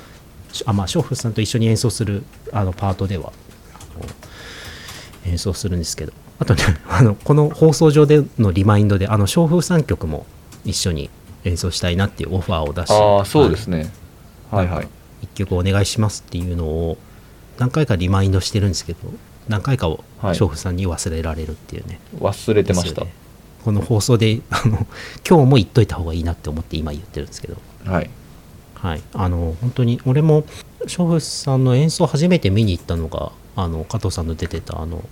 Speaker 1: しあまあ娼婦さんと一緒に演奏するあのパートではあの演奏するんですけどあとね あのこの放送上でのリマインドであの娼婦さん曲も一緒に演奏したいなっていうオファーを出して
Speaker 2: ああそうですねはいはい
Speaker 1: 一曲お願いしますっていうのを何回かリマインドしてるんですけど何回かを
Speaker 2: はい
Speaker 1: 娼婦さんに忘れられるっていうね、
Speaker 2: 忘れてまし
Speaker 1: です
Speaker 2: た
Speaker 1: よねこの放送で あの今日も言っといた方がいいなって思って今言ってるんですけど、
Speaker 2: はい
Speaker 1: はい、あの本当に俺も娼婦さんの演奏初めて見に行ったのがあの加藤さんの出てたあの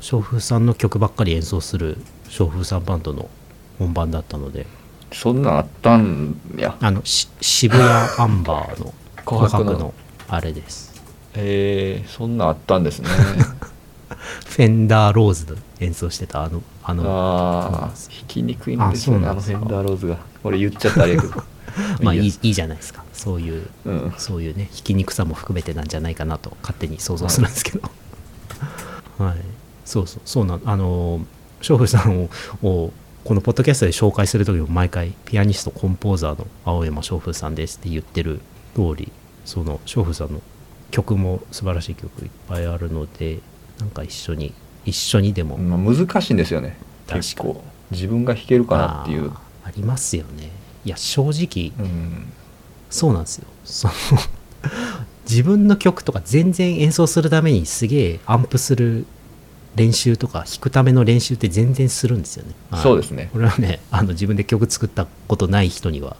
Speaker 1: 娼婦さんの曲ばっかり演奏する娼婦さんバンドの本番だったので
Speaker 2: そんなんあったんや
Speaker 1: あのし渋谷アンバー の
Speaker 2: 紅
Speaker 1: 紅白
Speaker 2: 白の
Speaker 1: のあれです
Speaker 2: えー、そんなんあったん ですね
Speaker 1: フェンダーローズで演奏してたあのあの
Speaker 2: ああ弾きにくいんですよねあ
Speaker 1: あそうなん
Speaker 2: の
Speaker 1: で
Speaker 2: フ
Speaker 1: す
Speaker 2: ェ
Speaker 1: か
Speaker 2: ンダーローズが俺言っちゃったあれやけど
Speaker 1: まあいい
Speaker 2: いい
Speaker 1: いいじゃないですかそういう
Speaker 2: うん
Speaker 1: そういうねひき肉さも含めてなんじゃないかなと勝手に想像するんですけど、はい、そうそうそうなんあの翔婦さんををこのポッドキャストで紹介する時も毎回ピアニストコンポーザーの青山翔婦さんですって言ってる通りその翔婦さんの曲も素晴らしい曲いっぱいあるのでなんか一緒に一緒にでも、
Speaker 2: まあ、難しいんですよね
Speaker 1: 確かに
Speaker 2: 結構自分が弾けるかなっていう
Speaker 1: あーありますよねいや正直
Speaker 2: うん
Speaker 1: そうなんですよその自分の曲とか全然演奏するためにすげえアンプする練習とか弾くための練習って全然するんですよね。はい
Speaker 2: そうですね
Speaker 1: これはねあの自分で曲作ったことない人には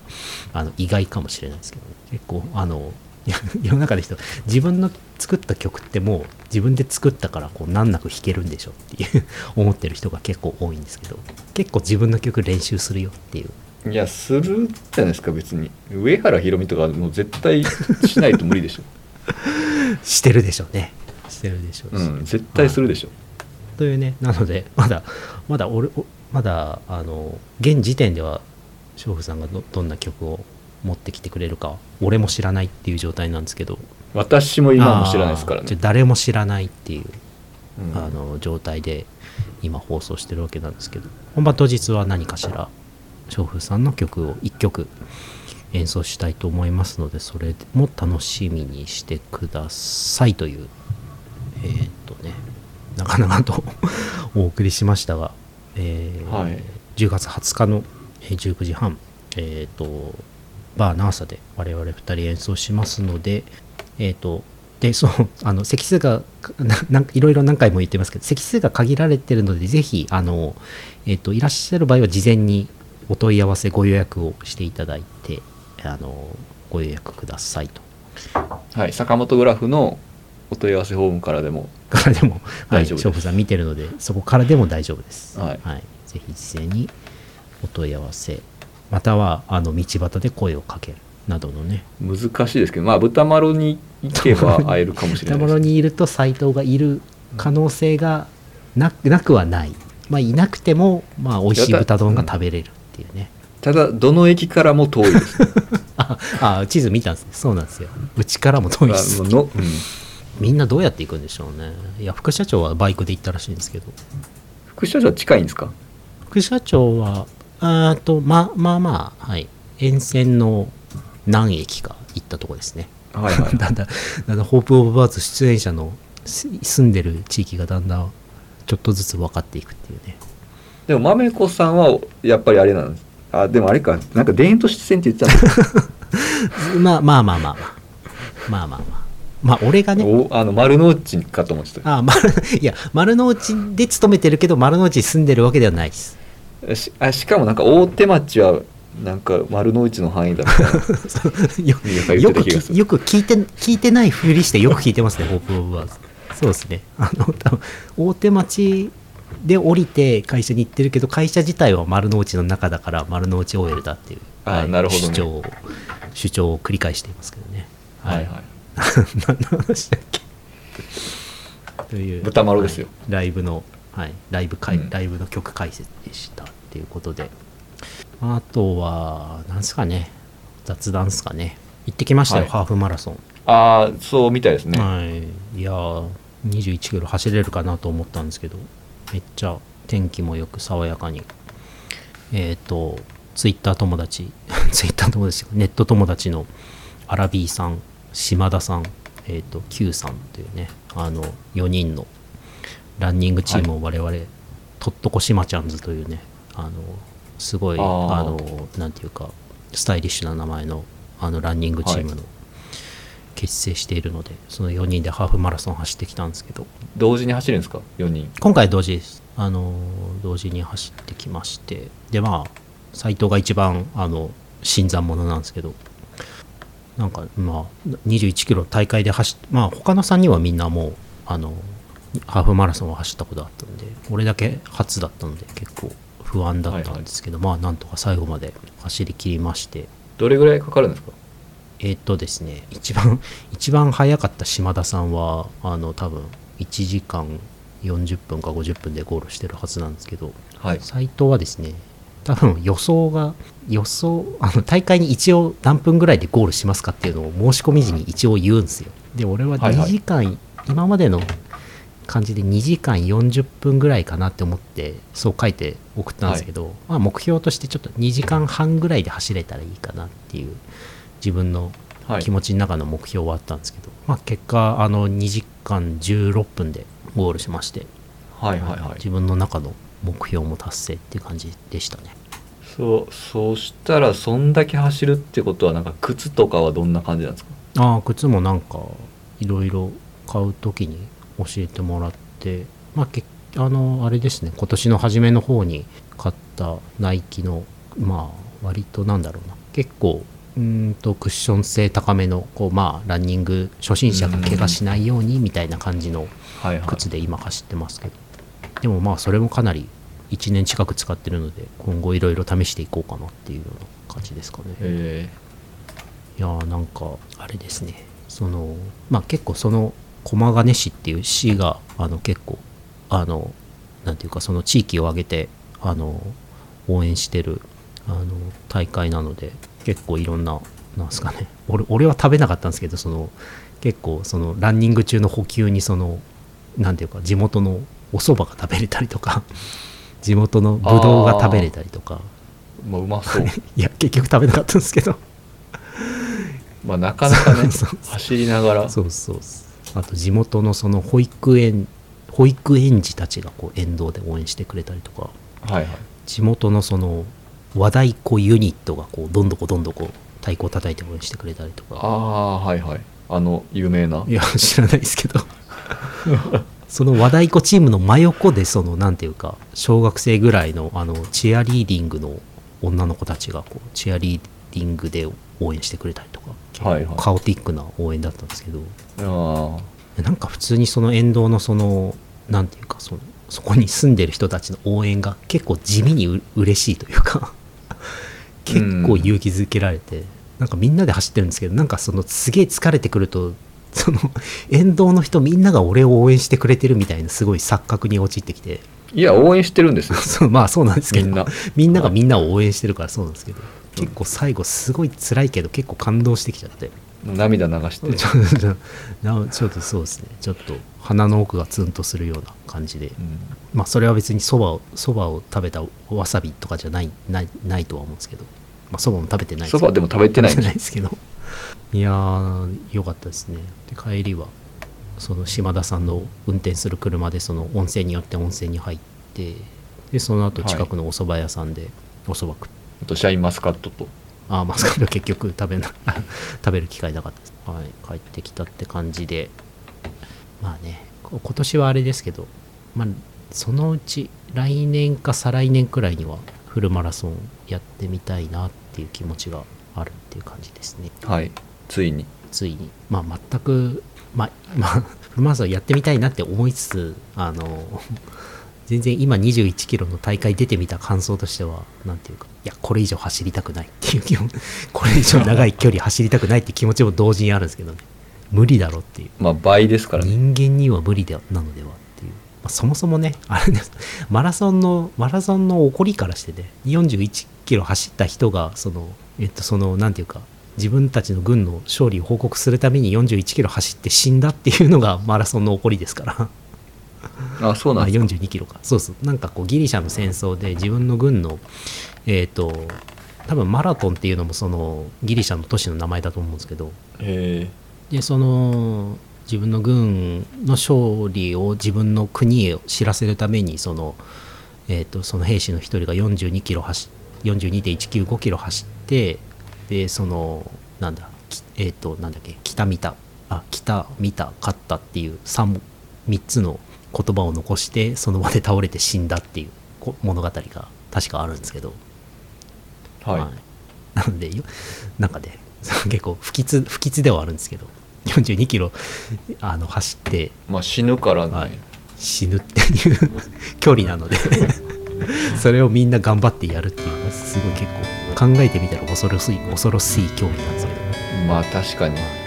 Speaker 1: あの意外かもしれないですけど、ね、結構あのいや世の中で人自分の作った曲ってもう自分で作ったからこう難なく弾けるんでしょっていう思ってる人が結構多いんですけど結構自分の曲練習するよっていう
Speaker 2: いやするじゃないですか別に上原ひろみとかもう絶対しないと無理でしょ、
Speaker 1: してるでしょうねしてるでしょう
Speaker 2: う
Speaker 1: し、
Speaker 2: ん、絶対するでしょ、
Speaker 1: というねなのでまだまだ俺おまだあの現時点では娼婦さんがどどんな曲を持ってきてくれるか俺も知らないっていう状態なんですけど
Speaker 2: 私も今も知らないですから
Speaker 1: あーちょ
Speaker 2: ね、
Speaker 1: 誰も知らないっていう、
Speaker 2: うん
Speaker 1: あの状態で今放送してるわけなんですけど本番当日は何かしら娼婦さんの曲を1曲演奏したいと思いますのでそれも楽しみにしてくださいというえーっとねなかなかと お送りしましたが、えー
Speaker 2: はい
Speaker 1: 10月20日のえー19時半、えーっとバーナーサで我々2人演奏しますので、えーっとでそう あの席数がな なんいろいろ何回も言ってますけど席数が限られてるのでぜひあの、えっといらっしゃる場合は事前にお問い合わせご予約をしていただいてあのご予約くださいと
Speaker 2: はい、坂本グラフのお問い合わせフォームからでも、
Speaker 1: からでも、はい、
Speaker 2: 大丈夫です
Speaker 1: 勝負さん見てるのでそこからでも大丈夫です、
Speaker 2: はい
Speaker 1: ぜひ事前にお問い合わせまたはあの道端で声をかけるなどのね
Speaker 2: 難しいですけど、まあ、豚まろに行けば会えるかもしれ
Speaker 1: 北
Speaker 2: な
Speaker 1: 室
Speaker 2: いです。
Speaker 1: にいると斎藤がいる可能性がなくなくはない、まあ、いなくても、まあ、美味しい豚丼が食べれるっていうね、
Speaker 2: ただ、どの駅からも遠いです。
Speaker 1: ああ地図見たんですねそうなんですようちからも遠いです
Speaker 2: あのうん
Speaker 1: みんなどうやって行くんでしょうねいや副社長はバイクで行ったらしいんですけど
Speaker 2: 副社長は近いんですか
Speaker 1: 副社長はあーとままあまあはい沿線の何駅か行ったとこですね
Speaker 2: はいはい。
Speaker 1: だんだんだんだんホープ・オブ・バーツ出演者のす住んでる地域がだんだんちょっとずつ分かっていくっていうね
Speaker 2: でも、まめこさんは、やっぱりあれなんです。あ、でもあれか、なんか田園都市線って言ってたんです
Speaker 1: まあまあまあまあまあまあまあまあまあ俺 がね
Speaker 2: おあの、丸の内かと思って
Speaker 1: あ丸 いや丸の内で勤めてるけど丸の内に住んでるわけではないです
Speaker 2: た。しあしかも、なんか大手町は、なんか丸の内の範囲だみたいな。
Speaker 1: そう よ
Speaker 2: いいよ言
Speaker 1: よ
Speaker 2: って
Speaker 1: く
Speaker 2: た気がす
Speaker 1: き
Speaker 2: る
Speaker 1: よく聞いて聞いてないふりしてよく聞いてます ねホープ・オブ・ワーズそうですねあの多分大手町で降りて会社に行ってるけど会社自体は丸の内の中だから丸の内 OL だっていう
Speaker 2: あー
Speaker 1: はい
Speaker 2: なるほどね
Speaker 1: 主張を主張を繰り返していますけどね
Speaker 2: はいはい。
Speaker 1: 何の話だっけという
Speaker 2: 豚まろですよ
Speaker 1: はいライブの、はい、ライブ解、
Speaker 2: うん
Speaker 1: ライブの曲解説でしたっていうことであとは何ですかね雑談ですかね行ってきましたよ、
Speaker 2: はい
Speaker 1: ハーフマラソン、
Speaker 2: ああ、そうみたいですね。
Speaker 1: はいいやー21キロ走れるかなと思ったんですけどめっちゃ天気もよく爽やかにえっ、とツイッター友達 ツイッター友達ネット友達のアラビーさん島田さんえっ、と Q さんというねあの4人のランニングチームを我々、とっとこしまちゃんズというねあのすごい
Speaker 2: あ
Speaker 1: あ
Speaker 2: ー
Speaker 1: のなんていうかスタイリッシュな名前のあのランニングチームの結成しているので、その4人でハーフマラソン走ってきたんですけど
Speaker 2: 同時に走るんですか ?4 人。
Speaker 1: 今回同時ですあの同時に走ってきましてでまあ斎藤が一番あの新参者なんですけどなんかまあ21キロ大会で走っまあ他の3人はみんなもうあのハーフマラソンを走ったことあったんで俺だけ初だったので結構不安だったんですけど、まあなんとか最後まで走り切りまして
Speaker 2: どれぐらいかかるんですか
Speaker 1: えーっとですね、一番、 一番早かった島田さんは、あの、多分、1時間40分か50分でゴールしてるはずなんですけど、
Speaker 2: はい。
Speaker 1: 斎藤はですね、多分予想が、予想、あの、大会に一応何分ぐらいでゴールしますかっていうのを申し込み時に一応言うんですよ。で、俺は
Speaker 2: はい
Speaker 1: 2
Speaker 2: はい
Speaker 1: 時間、今までの感じで2時間40分ぐらいかなって思って、そう書いて送ったんですけど、まあ目標としてちょっと2時間半ぐらいで走れたらいいかなっていう、自分の
Speaker 2: はい
Speaker 1: 気持ちの中の目標はあったんですけど、まあ結果、あの、2時間16分でゴールしまして、
Speaker 2: はいはいはい。
Speaker 1: 自分の中の目標も達成っていう感じでしたね
Speaker 2: そう、そうしたら、そんだけ走るってことは、なんか靴とかはどんな感じなんですか
Speaker 1: ああ靴もなんかいろいろ買う時に教えてもらってまあけあのあれですね今年の初めの方に買ったナイキのまあ割となんだろうな結構うーんとクッション性高めのこうまあランニング初心者が怪我しないようにみたいな感じの
Speaker 2: はいはい。
Speaker 1: 靴で今走ってますけどでもまあそれもかなり1年近く使ってるので今後いろいろ試していこうかなっていうような感じですかね
Speaker 2: え
Speaker 1: いやーなんかあれですねそのまあ結構その駒ヶ根市っていう市があの結構あのなんていうかその地域を挙げてあの応援してるあの大会なので結構いろんななんですかね俺俺は食べなかったんですけどその結構そのランニング中の補給にそのなんていうか地元のお蕎麦が食べれたりとか地元のぶどうが食べれたりとか
Speaker 2: ー、まあ、うまそう。
Speaker 1: いや結局食べなかったんですけど
Speaker 2: まあ、なかなか ね
Speaker 1: そうそう、
Speaker 2: 走りながら。
Speaker 1: そうそうそうあと地元のその保育園保育園児たちがこう沿道で応援してくれたりとか
Speaker 2: はいはい。
Speaker 1: 地元のその和太鼓ユニットがこうどんどこどんどこ太鼓を叩いて応援してくれたりとか
Speaker 2: ああー、はいはい。あの有名ない
Speaker 1: や知らないですけど その和太鼓チームの真横でそのなんていうか小学生ぐらいのあのチアリーディングの女の子たちがこうチアリーディングで応援してくれたりとか
Speaker 2: はいはい
Speaker 1: カオティックな応援だったんですけど
Speaker 2: あー
Speaker 1: なんか普通にその沿道のそのなんていうかそのそこに住んでる人たちの応援が結構地味にう嬉しいというか 結構勇気づけられて、なんかみんなで走ってるんですけどなんかそのすげえ疲れてくるとその沿道の人みんなが俺を応援してくれてるみたいなすごい錯覚に陥ってきて
Speaker 2: いや応援してるんですよ
Speaker 1: そうまあそうなんですけど
Speaker 2: みんな
Speaker 1: みんながみんなを応援してるからそうなんですけど結構最後すごい辛いけど結構感動してきちゃって。
Speaker 2: 涙流して
Speaker 1: ちょっとなちょっとそうですねちょっと鼻の奥がツンとするような感じで
Speaker 2: うん
Speaker 1: まあそれは別にそばをそばを食べたわさびとかじゃないないないとは思うんですけどまあそばも食べてない
Speaker 2: そばでも食べてないん
Speaker 1: 食べてな
Speaker 2: です
Speaker 1: いですけどいやーよかったですねで帰りはその島田さんの運転する車でその温泉に寄って温泉に入ってでその後近くのお蕎麦屋さんでお蕎麦食って
Speaker 2: あとシャインマスカットと
Speaker 1: あーマスカット結局食べな 食べる機会なかったです、はい、帰ってきたって感じでまあねこ今年はあれですけど、まあ、そのうち来年か再来年くらいにはフルマラソンやってみたいなっていう気持ちがあるっていう感じですね
Speaker 2: はいついに
Speaker 1: ついにまあ全くまあ まあフルマラソンやってみたいなって思いつつあの 全然今2 1キロの大会出てみた感想としてはなんていうかいやこれ以上走りたくないっていう気持ち これ以上長い距離走りたくないって気持ちも同時にあるんですけどね無理だろっていう
Speaker 2: まあ倍ですからね
Speaker 1: 人間には無理ではなのではっていう、まあそもそもねあれですマラソンのマラソンの起こりからしてね41キロ走った人がそのえっとそのなんていうか自分たちの軍の勝利を報告するために41キロ走って死んだっていうのがマラソンの起こりですから。
Speaker 2: あそう
Speaker 1: あ
Speaker 2: なんです
Speaker 1: 42キロかそうそうなんかこうギリシャの戦争で自分の軍のえっ、と多分マラトンっていうのもそのギリシャの都市の名前だと思うんですけど
Speaker 2: へ
Speaker 1: でその自分の軍の勝利を自分の国へ知らせるためにその,、えー、とその兵士の一人が42キロ走42.195キロ走ってでそのなんだきえっ、となんだっけ北見たあ北見た勝ったっていう 3, 3つの言葉を残してその場で倒れて死んだっていうこ物語が確かあるんですけど。
Speaker 2: えはい、
Speaker 1: なのでよなんかね 結構不吉不吉ではあるんですけど42キロあの走って、
Speaker 2: まあ死ぬからね、
Speaker 1: はい死ぬっていう 距離なので それをみんな頑張ってやるっていうのはすごい結構考えてみたら恐ろしい恐ろしい競技なんですけど
Speaker 2: まあ確かに